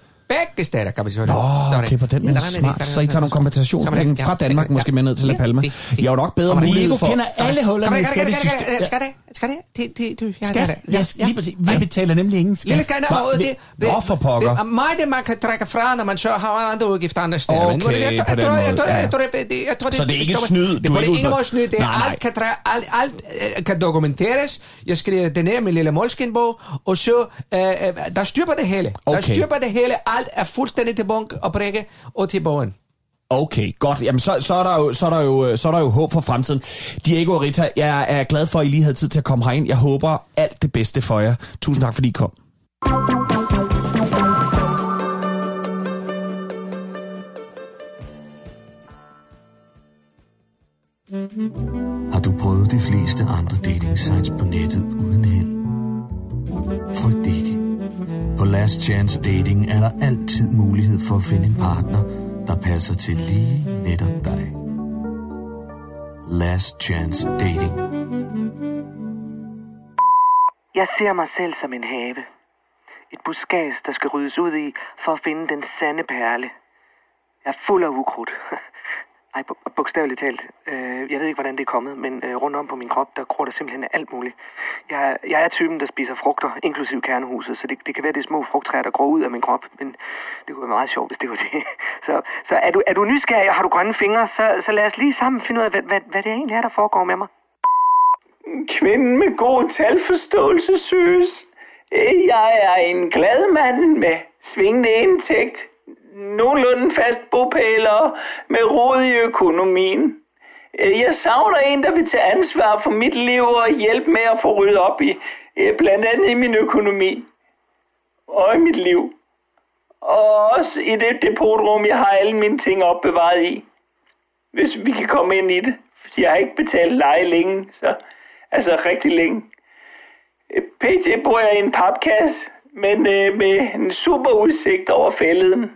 M: Begge steder kan vi søge.
F: Nå, okay, på den måde smart. Så I tager nogle kompensationspenge fra Danmark måske med ned til La Palma. Jeg har jo nok bedre mulighed for...
M: Skal det? Skal det? Det, det, det,
C: Skat? Ja, lige præcis. Vi betaler nemlig ingen skat.
M: Lille kan
C: Hva?
M: det, det, det,
C: Nå, for pokker.
M: Det er meget, det man kan trække fra, når man så har andre udgifter andre steder.
F: Okay,
M: Men hvor det- jeg
F: på
M: tror-
F: den
M: jeg tror- jeg
F: måde,
M: tror-
F: ja, ja.
M: jeg tror, det- det- jeg tror,
F: Så det er ikke
M: står-
F: snyd,
M: Det
F: du er
M: er
F: ikke
M: ikke
F: ude på-
M: noget snyd. Det er
F: Nej, nej.
M: alt kan, træ- alt, alt, øh, kan dokumenteres. Jeg skriver det ned med lille målskinbog, og så øh, øh, der styr på det hele. Der
F: Okay.
M: styr på det hele. Alt er fuldstændig til bunk og prikke og til bogen.
F: Okay, godt. Jamen, så, så, er der jo, så, er der jo, så er der jo håb for fremtiden. Diego og Rita, jeg er glad for, at I lige havde tid til at komme herind. Jeg håber alt det bedste for jer. Tusind tak, fordi I kom.
B: Har du prøvet de fleste andre dating sites på nettet uden held? Frygt ikke. På Last Chance Dating er der altid mulighed for at finde en partner, der passer til lige netop dig. Last Chance Dating.
R: Jeg ser mig selv som en have.
M: Et buskads, der skal ryddes ud i, for at finde den sande perle. Jeg er fuld af ukrudt. (laughs) Ej, bu- bogstaveligt talt. Øh, jeg ved ikke, hvordan det er kommet, men øh, rundt om på min krop, der gror der simpelthen af alt muligt. Jeg, jeg er typen, der spiser frugter, inklusiv kernehuset, så det, det kan være, det er små frugttræer, der gror ud af min krop, men det kunne være meget sjovt, hvis det var det. (laughs) Så, så er, du, er du nysgerrig, og har du grønne fingre, så, så lad os lige sammen finde ud af, hvad, hvad, hvad det egentlig er, der foregår med mig.
C: Kvinden med god talforståelse søges. Jeg er en glad mand med svingende indtægt, nogenlunde fast bopæl og med rod i økonomien. Øh, Jeg savner en, der vil tage ansvar for mit liv og hjælpe med at få ryddet op i, øh, blandt andet i min økonomi og i mit liv. Og også i det depotrum, jeg har alle mine ting opbevaret i. Hvis vi kan komme ind i det. Fordi jeg har ikke betalt leje længe, så altså rigtig længe. Øh, PT bor jeg i en papkasse, men øh, med en super udsigt over fælleden.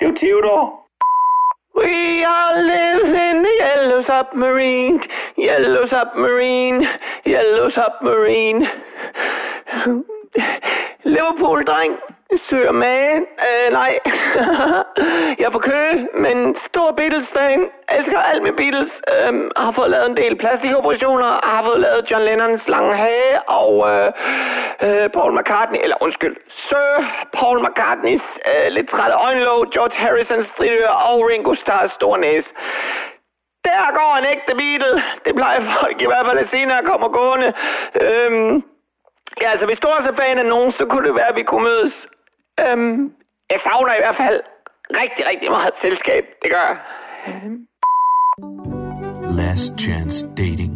C: Det er jo Theodor.
S: We all live in the yellow submarine, yellow submarine, yellow submarine. Liverpool-dreng søger magen. Øh, nej, (laughs) jeg er på kø, men stor Beatles-fan. Elsker alt med Beatles. Øh, har fået lavet en del plastikoperationer. Har fået lavet John Lennons lange hage og øh, øh, Paul McCartney, eller undskyld, Sir Paul McCartneys øh, lidt trætte øjenlåg, George Harrisons stridør og Ringo Starrs store næse. Der går en ægte Beatle. Det plejer folk i hvert fald at sige, når jeg kommer gående. Øhm, Ja, altså hvis du også er fan af nogen, så kunne det være, at vi kunne mødes. Øhm, jeg savner i hvert fald rigtig, rigtig meget selskab. Det gør jeg.
K: Last Chance Dating.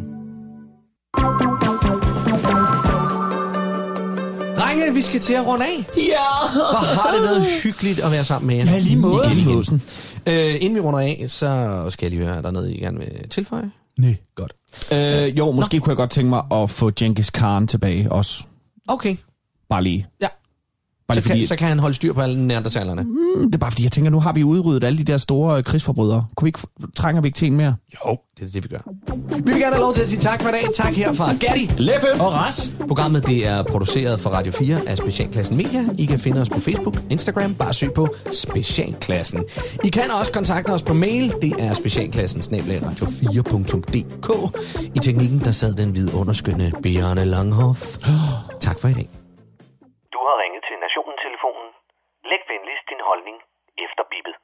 B: Drenge, vi skal til at runde af.
F: Ja!
B: Hvor har det været hyggeligt at være sammen med jer.
F: Ja, i lige måde.
B: Igen,
F: I lige
B: igen. Øh, inden vi runder af, så skal jeg lige høre, er der noget, I gerne vil tilføje?
F: Nej.
B: Godt.
F: Øh, jo, måske Nå. kunne jeg godt tænke mig at få Genghis Khan tilbage også.
B: Okay.
F: Bare lige.
B: Ja.
F: Bare
B: så,
F: lige fordi-
B: kan, så kan han holde styr på alle nærtesalerne.
F: Mm, det er bare fordi, jeg tænker, nu har vi udryddet alle de der store øh, krigsforbrydere. Kunne vi ikke, f- trænger vi ikke til en mere?
B: Jo, det er det, vi gør. Vi vil gerne have lov til at sige tak for i dag. Tak herfra. Gatti.
F: Leffe.
B: Og Ras. Programmet det er produceret for Radio 4 af Specialklassen Media. I kan finde os på Facebook, Instagram. Bare søg på Specialklassen. I kan også kontakte os på mail. Det er specialklassen radio4.dk. I teknikken der sad den vidunderskønne Bjarne Langhoff. (gasps) Tak for i dag.
T: Du har ringet til Nationen-telefonen. Læg venligst din holdning efter bippet.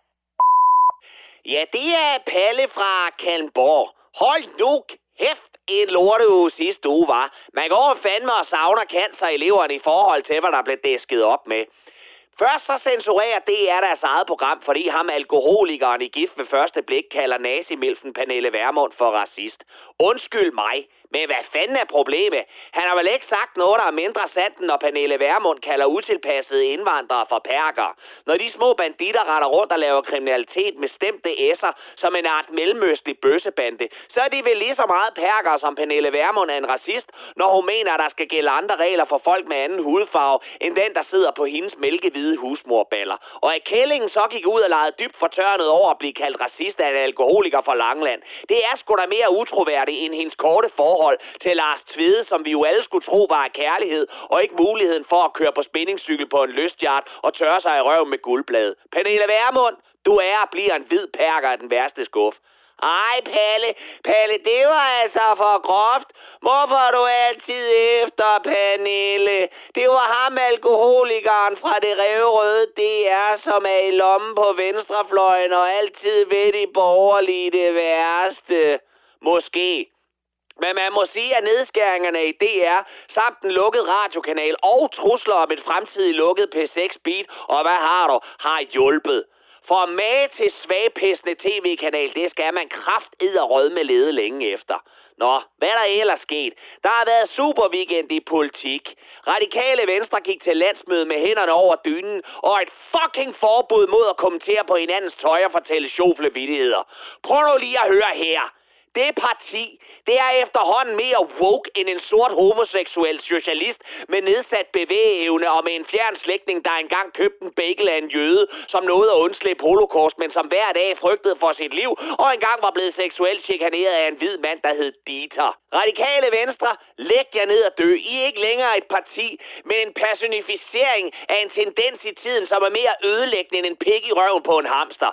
U: Ja, det er Palle fra Kalmborg. Hold nu kæft en lorteuge sidste uge, var. Man går fandme og savner cancer-eleverne i forhold til, hvad der blev dæsket op med. Først så censurerer DR deres eget program, fordi ham alkoholikeren i gift ved første blik kalder nazimilfen Pernille Vermund for racist. Undskyld mig, men hvad fanden er problemet? Han har vel ikke sagt noget, der er mindre sandt, end når Pernille Vermund kalder utilpassede indvandrere for perker. Når de små banditter retter rundt og laver kriminalitet med stemte S'er som en art mellemøstlig bøssebande, så er de vel lige så meget perker, som Pernille Vermund er en racist, når hun mener, at der skal gælde andre regler for folk med anden hudfarve, end den, der sidder på hendes mælkehvide husmorballer. Og at kællingen så gik ud og legede dybt fortørnet over at blive kaldt racist af en alkoholiker fra Langeland, det er sgu da mere utroværdigt end hendes korte forhold til Lars Tvede, som vi jo alle skulle tro var af kærlighed, og ikke muligheden for at køre på spændingscykel på en lystjart og tørre sig i røven med guldblade. Pernille Vermund, du er og bliver en hvid perker af den værste skuff. Ej, Palle, Palle, det var altså for groft. Hvorfor er du altid efter, Pernille? Det var ham alkoholikeren fra det revrøde DR, som er i lommen på venstrefløjen og altid ved de borgerlige det værste. Måske. Men man må sige, at nedskæringerne i DR, samt den lukkede radiokanal og trusler om et fremtidigt lukket P6-beat, og hvad har du, har hjulpet. For med til svagpissende tv-kanal, det skal man kraft rød med lede længe efter. Nå, hvad er der ellers sket? Der har været super weekend i politik. Radikale Venstre gik til landsmøde med hænderne over dynen, og et fucking forbud mod at kommentere på hinandens tøj og fortælle sjofle vittigheder. Prøv nu lige at høre her. Det parti, det er efterhånden mere woke end en sort homoseksuel socialist med nedsat bevægeevne og med en fjern slægtning, der engang købte en bagel af en jøde, som nåede at undslippe holocaust, men som hver dag frygtede for sit liv og engang var blevet seksuelt chikaneret af en hvid mand, der hed Dieter. Radikale Venstre, læg jer ned og dø. I er ikke længere et parti, men en personificering af en tendens i tiden, som er mere ødelæggende end en pik i røven på en hamster.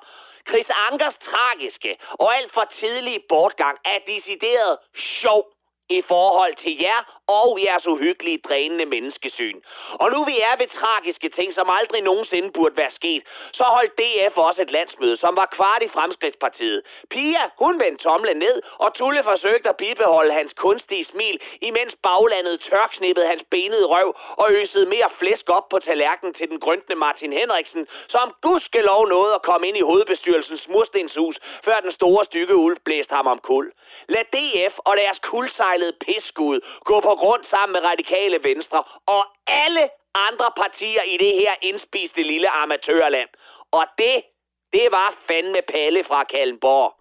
U: Chris Ankers tragiske og alt for tidlige bortgang er decideret sjov i forhold til jer og jeres uhyggelige drænende menneskesyn. Og nu vi er ved tragiske ting, som aldrig nogensinde burde være sket, så holdt DF også et landsmøde, som var kvart i Fremskridspartiet. Pia, hun vendte tomlen ned, og Tulle forsøgte at bibeholde hans kunstige smil, imens baglandet tørksnippede hans benede røv og øsede mere flæsk op på tallerkenen til den grøntende Martin Henriksen, som gudskelov nåede at komme ind i hovedbestyrelsens murstenshus, før den store stykke ulv blæste ham om kul. Lad DF og deres kuldsejlede pisskud gå på grund sammen med radikale venstre og alle andre partier i det her indspiste lille amatørland. Og det, det var fandme Palle fra Kallenborg.